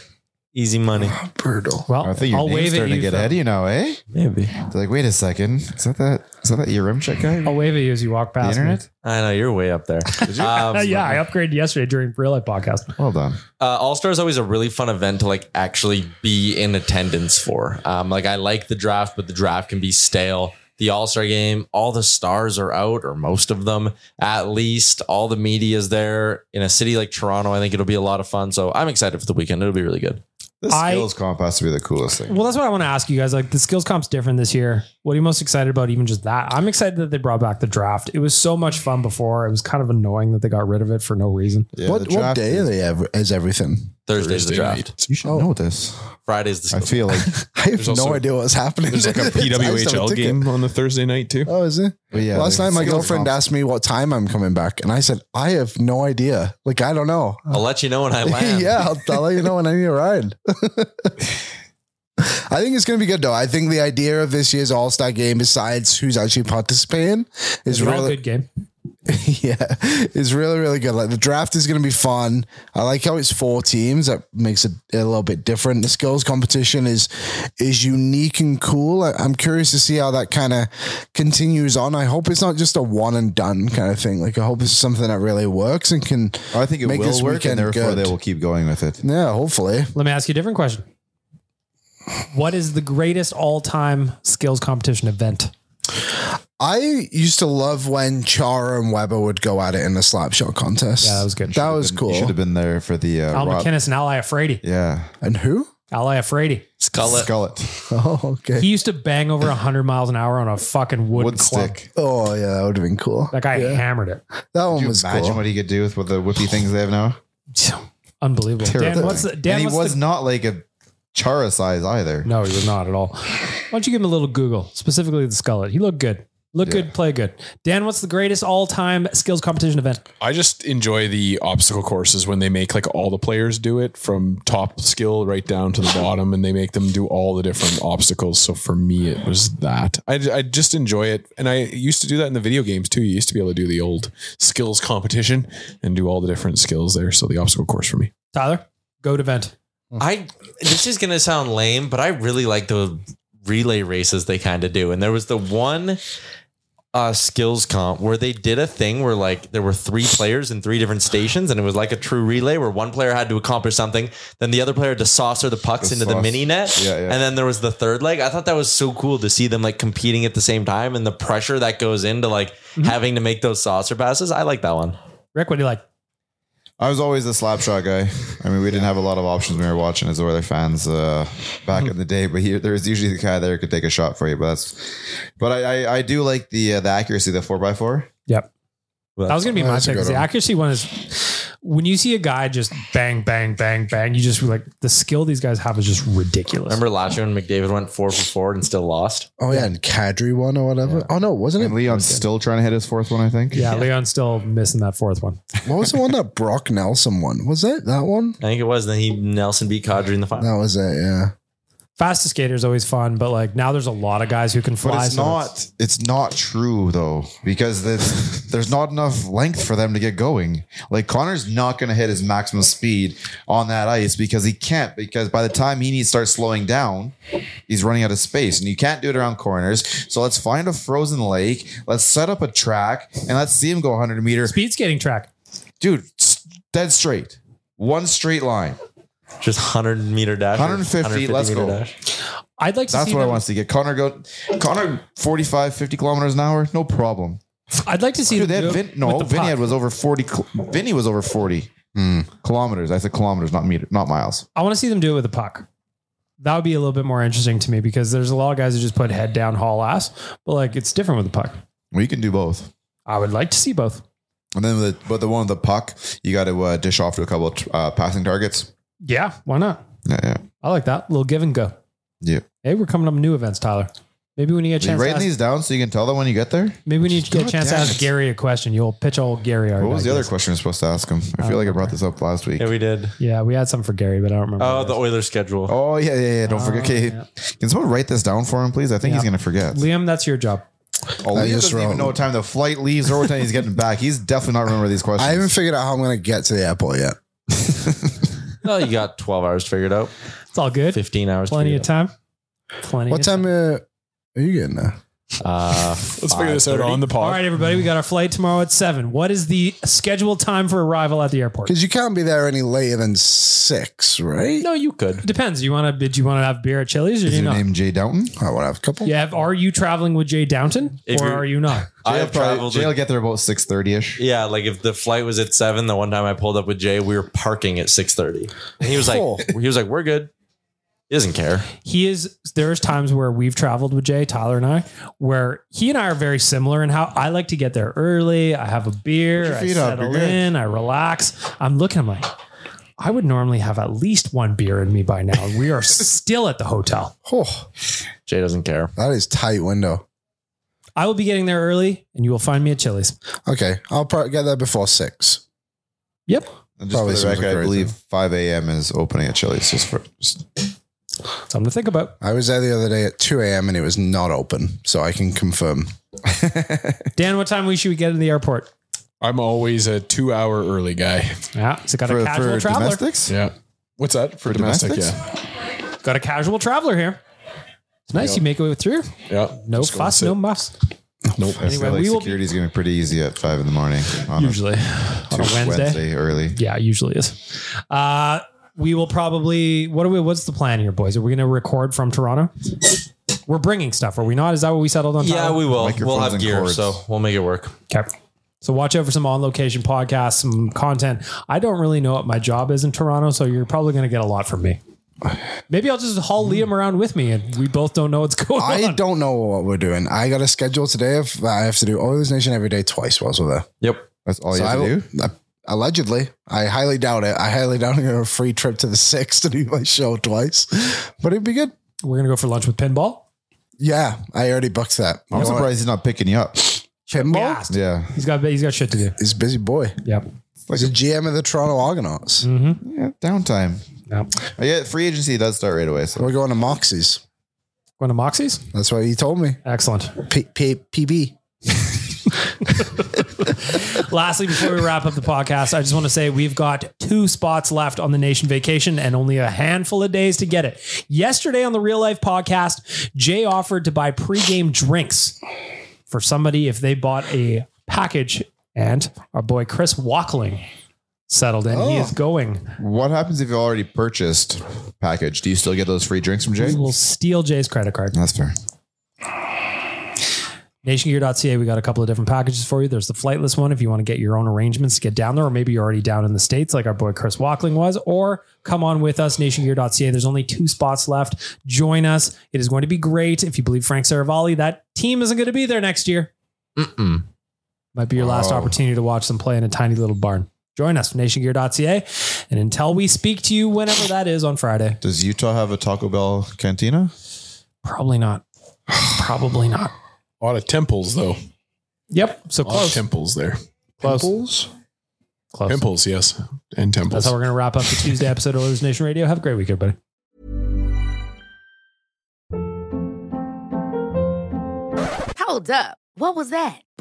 S6: Easy money.
S4: Brutal.
S3: Well,
S7: I think your
S3: I'll
S7: name's
S3: wave at
S7: starting
S3: you.
S7: to get
S3: from-
S7: heady now, eh?
S6: Maybe.
S7: They're like, wait a second, is that that is that that Urim check guy?
S3: I'll wave at you as you walk past me.
S7: internet?
S6: I know you're way up there. Um,
S3: Uh, <laughs> yeah, I upgraded yesterday during Real Life Podcast.
S7: Well done.
S6: uh, All Star is always a really fun event to like actually be in attendance for. Um, like I like the draft, but the draft can be stale. The All Star game, all the stars are out, or most of them at least. All the media is there in a city like Toronto. I think it'll be a lot of fun. So I'm excited for the weekend. It'll be really good.
S7: The
S3: I-
S7: skills comp has to be the coolest thing.
S3: Well, that's what I want to ask you guys. Like the skills comp's different this year. What are you most excited about? Even just that, I'm excited that they brought back the draft. It was so much fun before. It was kind of annoying that they got rid of it for no reason.
S7: Yeah,
S4: what,
S7: the
S4: what
S7: draft
S4: day
S7: is-
S4: are they ever, is everything? Oh.
S6: Thursday's the draft.
S7: You should know this.
S6: Friday's the
S7: I feel <laughs> like,
S4: I have no
S5: also-
S4: idea what's happening.
S5: There's like
S4: <laughs>
S5: a
S4: I just have
S5: PWHL
S4: ticket.
S5: game on the Thursday night too.
S4: Oh, is it?
S7: but yeah,
S4: Last
S7: the
S4: night, my
S7: skills
S4: girlfriend
S7: comp-
S4: asked me what time I'm coming back, and I said, I have no idea. Like, I don't know. <laughs>
S6: I'll let you know when I land.
S4: yeah, I'll,
S6: <laughs>
S4: I'll let you know when I need a ride. <laughs> I think it's going to be good, though. I think the idea of this year's All Star game, besides who's actually participating, is
S3: It's a real
S4: really,
S3: good game.
S4: yeah, is really, really good. Like the draft is going to be fun. I like how it's four teams. That makes it a little bit different. The skills competition is is unique and cool. I, I'm curious to see how that kind of continues on. I hope it's not just a one and done kind of thing. Like I hope it's something that really works and can.
S7: I think it
S4: make this
S7: will work,
S4: weekend
S7: and therefore
S4: good.
S7: they will keep going with it.
S4: Yeah, hopefully.
S3: Let me ask you a different question. What is the greatest all-time skills competition event?
S4: I used to love when Chara and Weber would go at it in the slap shot contest.
S3: Yeah, that was good.
S4: That was
S7: You should
S4: cool.
S7: have been there for the uh,
S3: Al
S7: Rob-
S3: McKinnis and Ally Afraidy.
S7: Yeah,
S4: And who?
S3: Ally Afraidy.
S6: Scullet.
S4: <laughs>
S7: Scullet
S4: Oh, okay.
S3: He used to bang
S7: <laughs>
S3: over 100 miles an hour on a fucking wooden
S7: wood
S3: club.
S7: stick.
S4: oh, yeah, that would have been cool.
S3: That guy hammered it.
S4: That one
S7: Could you
S4: was
S7: imagine
S4: cool.
S7: what he could do with, with the whippy things they have now?
S3: Unbelievable. Dan,
S7: Terrifying.
S3: what's the, Dan,
S7: and he
S3: what's
S7: was
S3: the-
S7: not like a Chara size either.
S3: No, he was not at all. Why don't you give him a little Google, specifically the Skullet? He looked good. Look good, play good. Dan, what's the greatest all-time skills competition event?
S5: I just enjoy the obstacle courses when they make like all the players do it from top skill right down
S7: <laughs>
S5: to the bottom and they make them do all the different obstacles. So for me, it was that. I, I just enjoy it. And I used to do that in the video games too. You used to be able to do the old skills competition and do all the different skills there. So the obstacle course for me.
S3: Tyler, goat event.
S6: I this is gonna sound lame, but I really like the relay races they kind of do. And there was the one uh skills comp where they did a thing where like there were three players in three different stations and it was like a true relay where one player had to accomplish something, then the other player had to saucer the pucks
S7: The
S6: into the
S7: sauce.
S6: mini net.
S7: Yeah, yeah.
S6: And then there was the third leg. I thought that was so cool to see them like competing at the same time and the pressure that goes into like having to make those saucer passes. I like that one.
S3: Rick, what do you like?
S7: I was always the slap shot guy. I mean, we didn't have a lot of options when we were watching as Oilers fans uh, back in the day, but he, there was usually the guy there who could take a shot for you. But that's, but I, I, I do like the uh, the accuracy, the four x four.
S3: Yep. That was gonna be
S4: Oh,
S3: my
S4: that's a
S3: pick.
S4: good
S3: 'cause The
S4: one.
S3: accuracy one is when you see a guy just bang, bang, bang, bang, you just be like the skill these guys have is just ridiculous.
S6: Remember last year when McDavid went four for four and still lost?
S4: Oh yeah, and Kadri one or whatever. Oh no, wasn't it?
S7: And Leon's still trying to hit his fourth one, I think.
S3: yeah, Leon's still missing that fourth one.
S4: <laughs> What was the one that Brock Nelson won? Was it that one?
S6: I think it was. Then he Nelson beat Kadri in the final.
S4: That was it. Yeah.
S3: Fastest skater is always fun, but like now there's a lot of guys who can fly.
S7: But it's
S3: so
S7: not it's not true though because
S3: <laughs>
S7: there's, there's not enough length for them to get going. Like Connor's not going to hit his maximum speed on that ice because he can't because by the time he needs to start slowing down, he's running out of space and you can't do it around corners. So let's find a frozen lake, let's set up a track and let's see him go 100 meters.
S3: speed skating track.
S7: Dude, s- dead straight. One straight line.
S6: Just 100 meter dash.
S7: 150 feet, let's go.
S3: I'd like to
S7: That's
S3: see
S7: what I
S3: them-
S7: want to see. Get Connor go Connor 45 50 kilometers an hour, no problem.
S3: I'd like to see
S7: Dude,
S3: them
S7: they
S3: do
S7: had
S3: it
S7: Vin, no,
S3: with the
S7: Vinny
S3: puck.
S7: had was over forty. Cl- Vinny was over forty hmm, kilometers. I said kilometers, not meter, not miles.
S3: I want to see them do it with the puck. That would be a little bit more interesting to me because there's a lot of guys who just put head down, haul ass, but like it's different with the puck.
S7: Well, you can do both.
S3: I would like to see both.
S7: And then with the, but the one with the puck, you got to uh, dish off to a couple of tr- uh, passing targets.
S3: Yeah, why not?
S7: Yeah, yeah.
S3: I like that little give and go.
S7: yeah.
S3: Hey, we're coming up with new events, Tyler. Maybe when you get a
S7: Are you
S3: chance, to
S7: writing
S3: ask,
S7: these down so you can tell them when you get there?
S3: maybe when you get a
S7: God
S3: chance to
S7: damn
S3: ask
S7: it.
S3: Gary a question, you'll pitch old Gary. our
S7: What was the other
S3: ideas.
S7: question I'm supposed to ask him? I feel like I brought this up last week.
S6: Yeah, we did.
S3: Yeah, we had some for Gary, but I don't remember.
S6: Oh, the Oilers schedule.
S7: Oh yeah, yeah, yeah. Don't forget.
S3: Uh,
S7: Okay, can someone write this down for him, please? I think he's gonna forget.
S3: Liam, that's your job.
S7: Oh,
S4: I
S7: he
S4: just
S7: doesn't
S4: wrote-
S7: even know what time the flight leaves or what time he's getting back. He's definitely not remember these questions.
S4: I haven't figured out how I'm going to get to the airport yet.
S6: Well, you got 12 hours figured out,
S3: It's all good.
S6: 15 hours.
S3: Plenty of
S6: figured
S3: time. Plenty.
S4: What
S3: of
S4: time uh, are you getting there?
S6: out. Uh,
S5: <laughs> Let's figure this out on the
S3: All
S5: pod.
S3: right, everybody, we got our flight tomorrow at seven. What is the scheduled time for arrival at the airport?
S4: Because you can't be there any later than six, right?
S6: no, you could.
S3: Depends. You want to? Did you want to have beer at Chili's or do
S7: Is
S3: you
S7: your
S3: not?
S7: name Jay Downton?
S4: I want to have a couple.
S3: Yeah. have- Are you traveling with Jay Downton
S6: If
S3: or
S6: you're-
S3: are you
S6: <laughs>
S3: not?
S7: Jay
S6: I've
S7: will probably-
S6: traveled
S7: Jay
S6: with-
S7: will get there about six thirty ish.
S6: Yeah, like if the flight was at seven, the one time I pulled up with Jay, we were parking at six thirty, and he was like,
S4: Cool.
S6: he was like, we're good. He doesn't care.
S3: He is. There's times where we've traveled with Jay, Tyler, and I, where he and I are very similar in how I like to get there early. I have a beer.
S7: your
S3: I
S7: feet up,
S3: settle
S7: you're good.
S3: in. I relax. I'm looking. I'm like, I would normally have at least one beer in me by now. and We are still at the hotel.
S4: Oh,
S6: Jay doesn't care.
S4: that is tight window.
S3: I will be getting there early, and you will find me at Chili's.
S4: Okay, I'll probably get there before six.
S3: Yep.
S7: And just
S4: Probably
S7: for the
S4: seems
S7: record,
S4: like
S7: I
S4: right
S7: believe
S4: then.
S7: five a.m. is opening at Chili's. Just for just,
S3: Something to think about.
S4: I was there the other day at 2 a.m. and it was not open, so I can confirm.
S3: Dan, what time we should we get in the airport?
S5: I'm always a two hour early guy.
S3: Yeah, so got a
S7: for,
S3: casual
S7: for
S3: traveler.
S7: domestics.
S5: Yeah. What's that for, domestic?
S7: domestics?
S3: Got a casual traveler here. It's nice you make it through.
S5: Yeah. Yeah.
S3: No
S5: Just gonna
S3: fuss,
S5: sit.
S3: no muss.
S5: Nope.
S7: I feel
S3: Anyway,
S7: like
S3: we will be-
S7: security's gonna be pretty easy at five in the morning. <sighs> On
S3: Usually on a Uh-huh. Wednesday.
S7: early.
S3: Yeah, it usually is. Uh, we will probably. What are we? What's the plan here, boys? Are we going to record from Toronto? We're bringing stuff. Are we not? Is that what we settled on?
S6: Yeah,
S3: Tyler?
S6: we will.
S7: Microphones
S6: We'll have
S7: and
S6: gear,
S7: cords.
S6: so we'll make it work.
S3: Okay. So watch out for some on location podcasts, some content. I don't really know what my job is in Toronto, so you're probably going to get a lot from me. Maybe I'll just haul Liam around with me, and we both don't know what's going on.
S4: I don't know what we're doing. I got a schedule today of I have to do Oilers Nation every day twice whilst we're there.
S6: Yep.
S7: That's all you
S4: I
S7: have to
S4: will-
S7: do.
S4: I- allegedly, I highly doubt it. I highly doubt I'm going to have a free trip to the <laughs> six to do my show twice, but it'd be good.
S3: We're going to go for lunch with pinball.
S4: Yeah, I already booked that. You
S7: I'm
S4: know what?
S7: surprised he's not picking you up.
S4: Pinball
S3: Yeah.
S7: Yeah.
S3: He's got he's got shit to do.
S4: is a busy boy.
S3: Yep.
S4: He's a GM of the Toronto Argonauts.
S7: Yeah, downtime.
S3: Mm-hmm. Yep.
S7: Oh, Yeah, free agency does start right away. So
S4: We're going to Moxie's.
S3: Going to Moxie's?
S4: That's what he told me.
S3: Excellent.
S4: P- P- PB.
S3: Lastly, before we wrap up the podcast, I just want to say we've got two spots left on the nation vacation and only a handful of days to get it. Yesterday on the Real Life podcast, Jay offered to buy pregame drinks for somebody if they bought a package, and our boy Chris Walkling settled in. He is going.
S7: what happens if you already purchased package? Do you still get those free drinks from Jay?
S3: We will steal Jay's credit card.
S7: That's fair.
S3: Nationgear.ca, we got a couple of different packages for you. There's the flightless one if you want to get your own arrangements to get down there, or maybe you're already down in the States like our boy Chris Walkling was, or come on with us, nationgear.ca. There's only two spots left. Join us. It is going to be great. If you believe Frank Saravalli, that team isn't going to be there next year.
S6: Mm-mm.
S3: Might be your last
S7: Wow.
S3: opportunity to watch them play in a tiny little barn. Join us, nationgear.ca. And until we speak to you, whenever that is on Friday,
S7: Does Utah have a Taco Bell cantina? <sighs>
S3: probably not. <sighs> Probably not.
S5: A lot of temples, though.
S3: Yep. So
S5: A lot of
S3: close.
S5: temples there.
S3: Close.
S7: Pimples?
S3: Close.
S5: Temples, yes. And temples.
S3: That's how we're going to wrap up the Tuesday episode of Oilers Nation Radio. Have a great week, everybody.
S10: Hold up. What was that?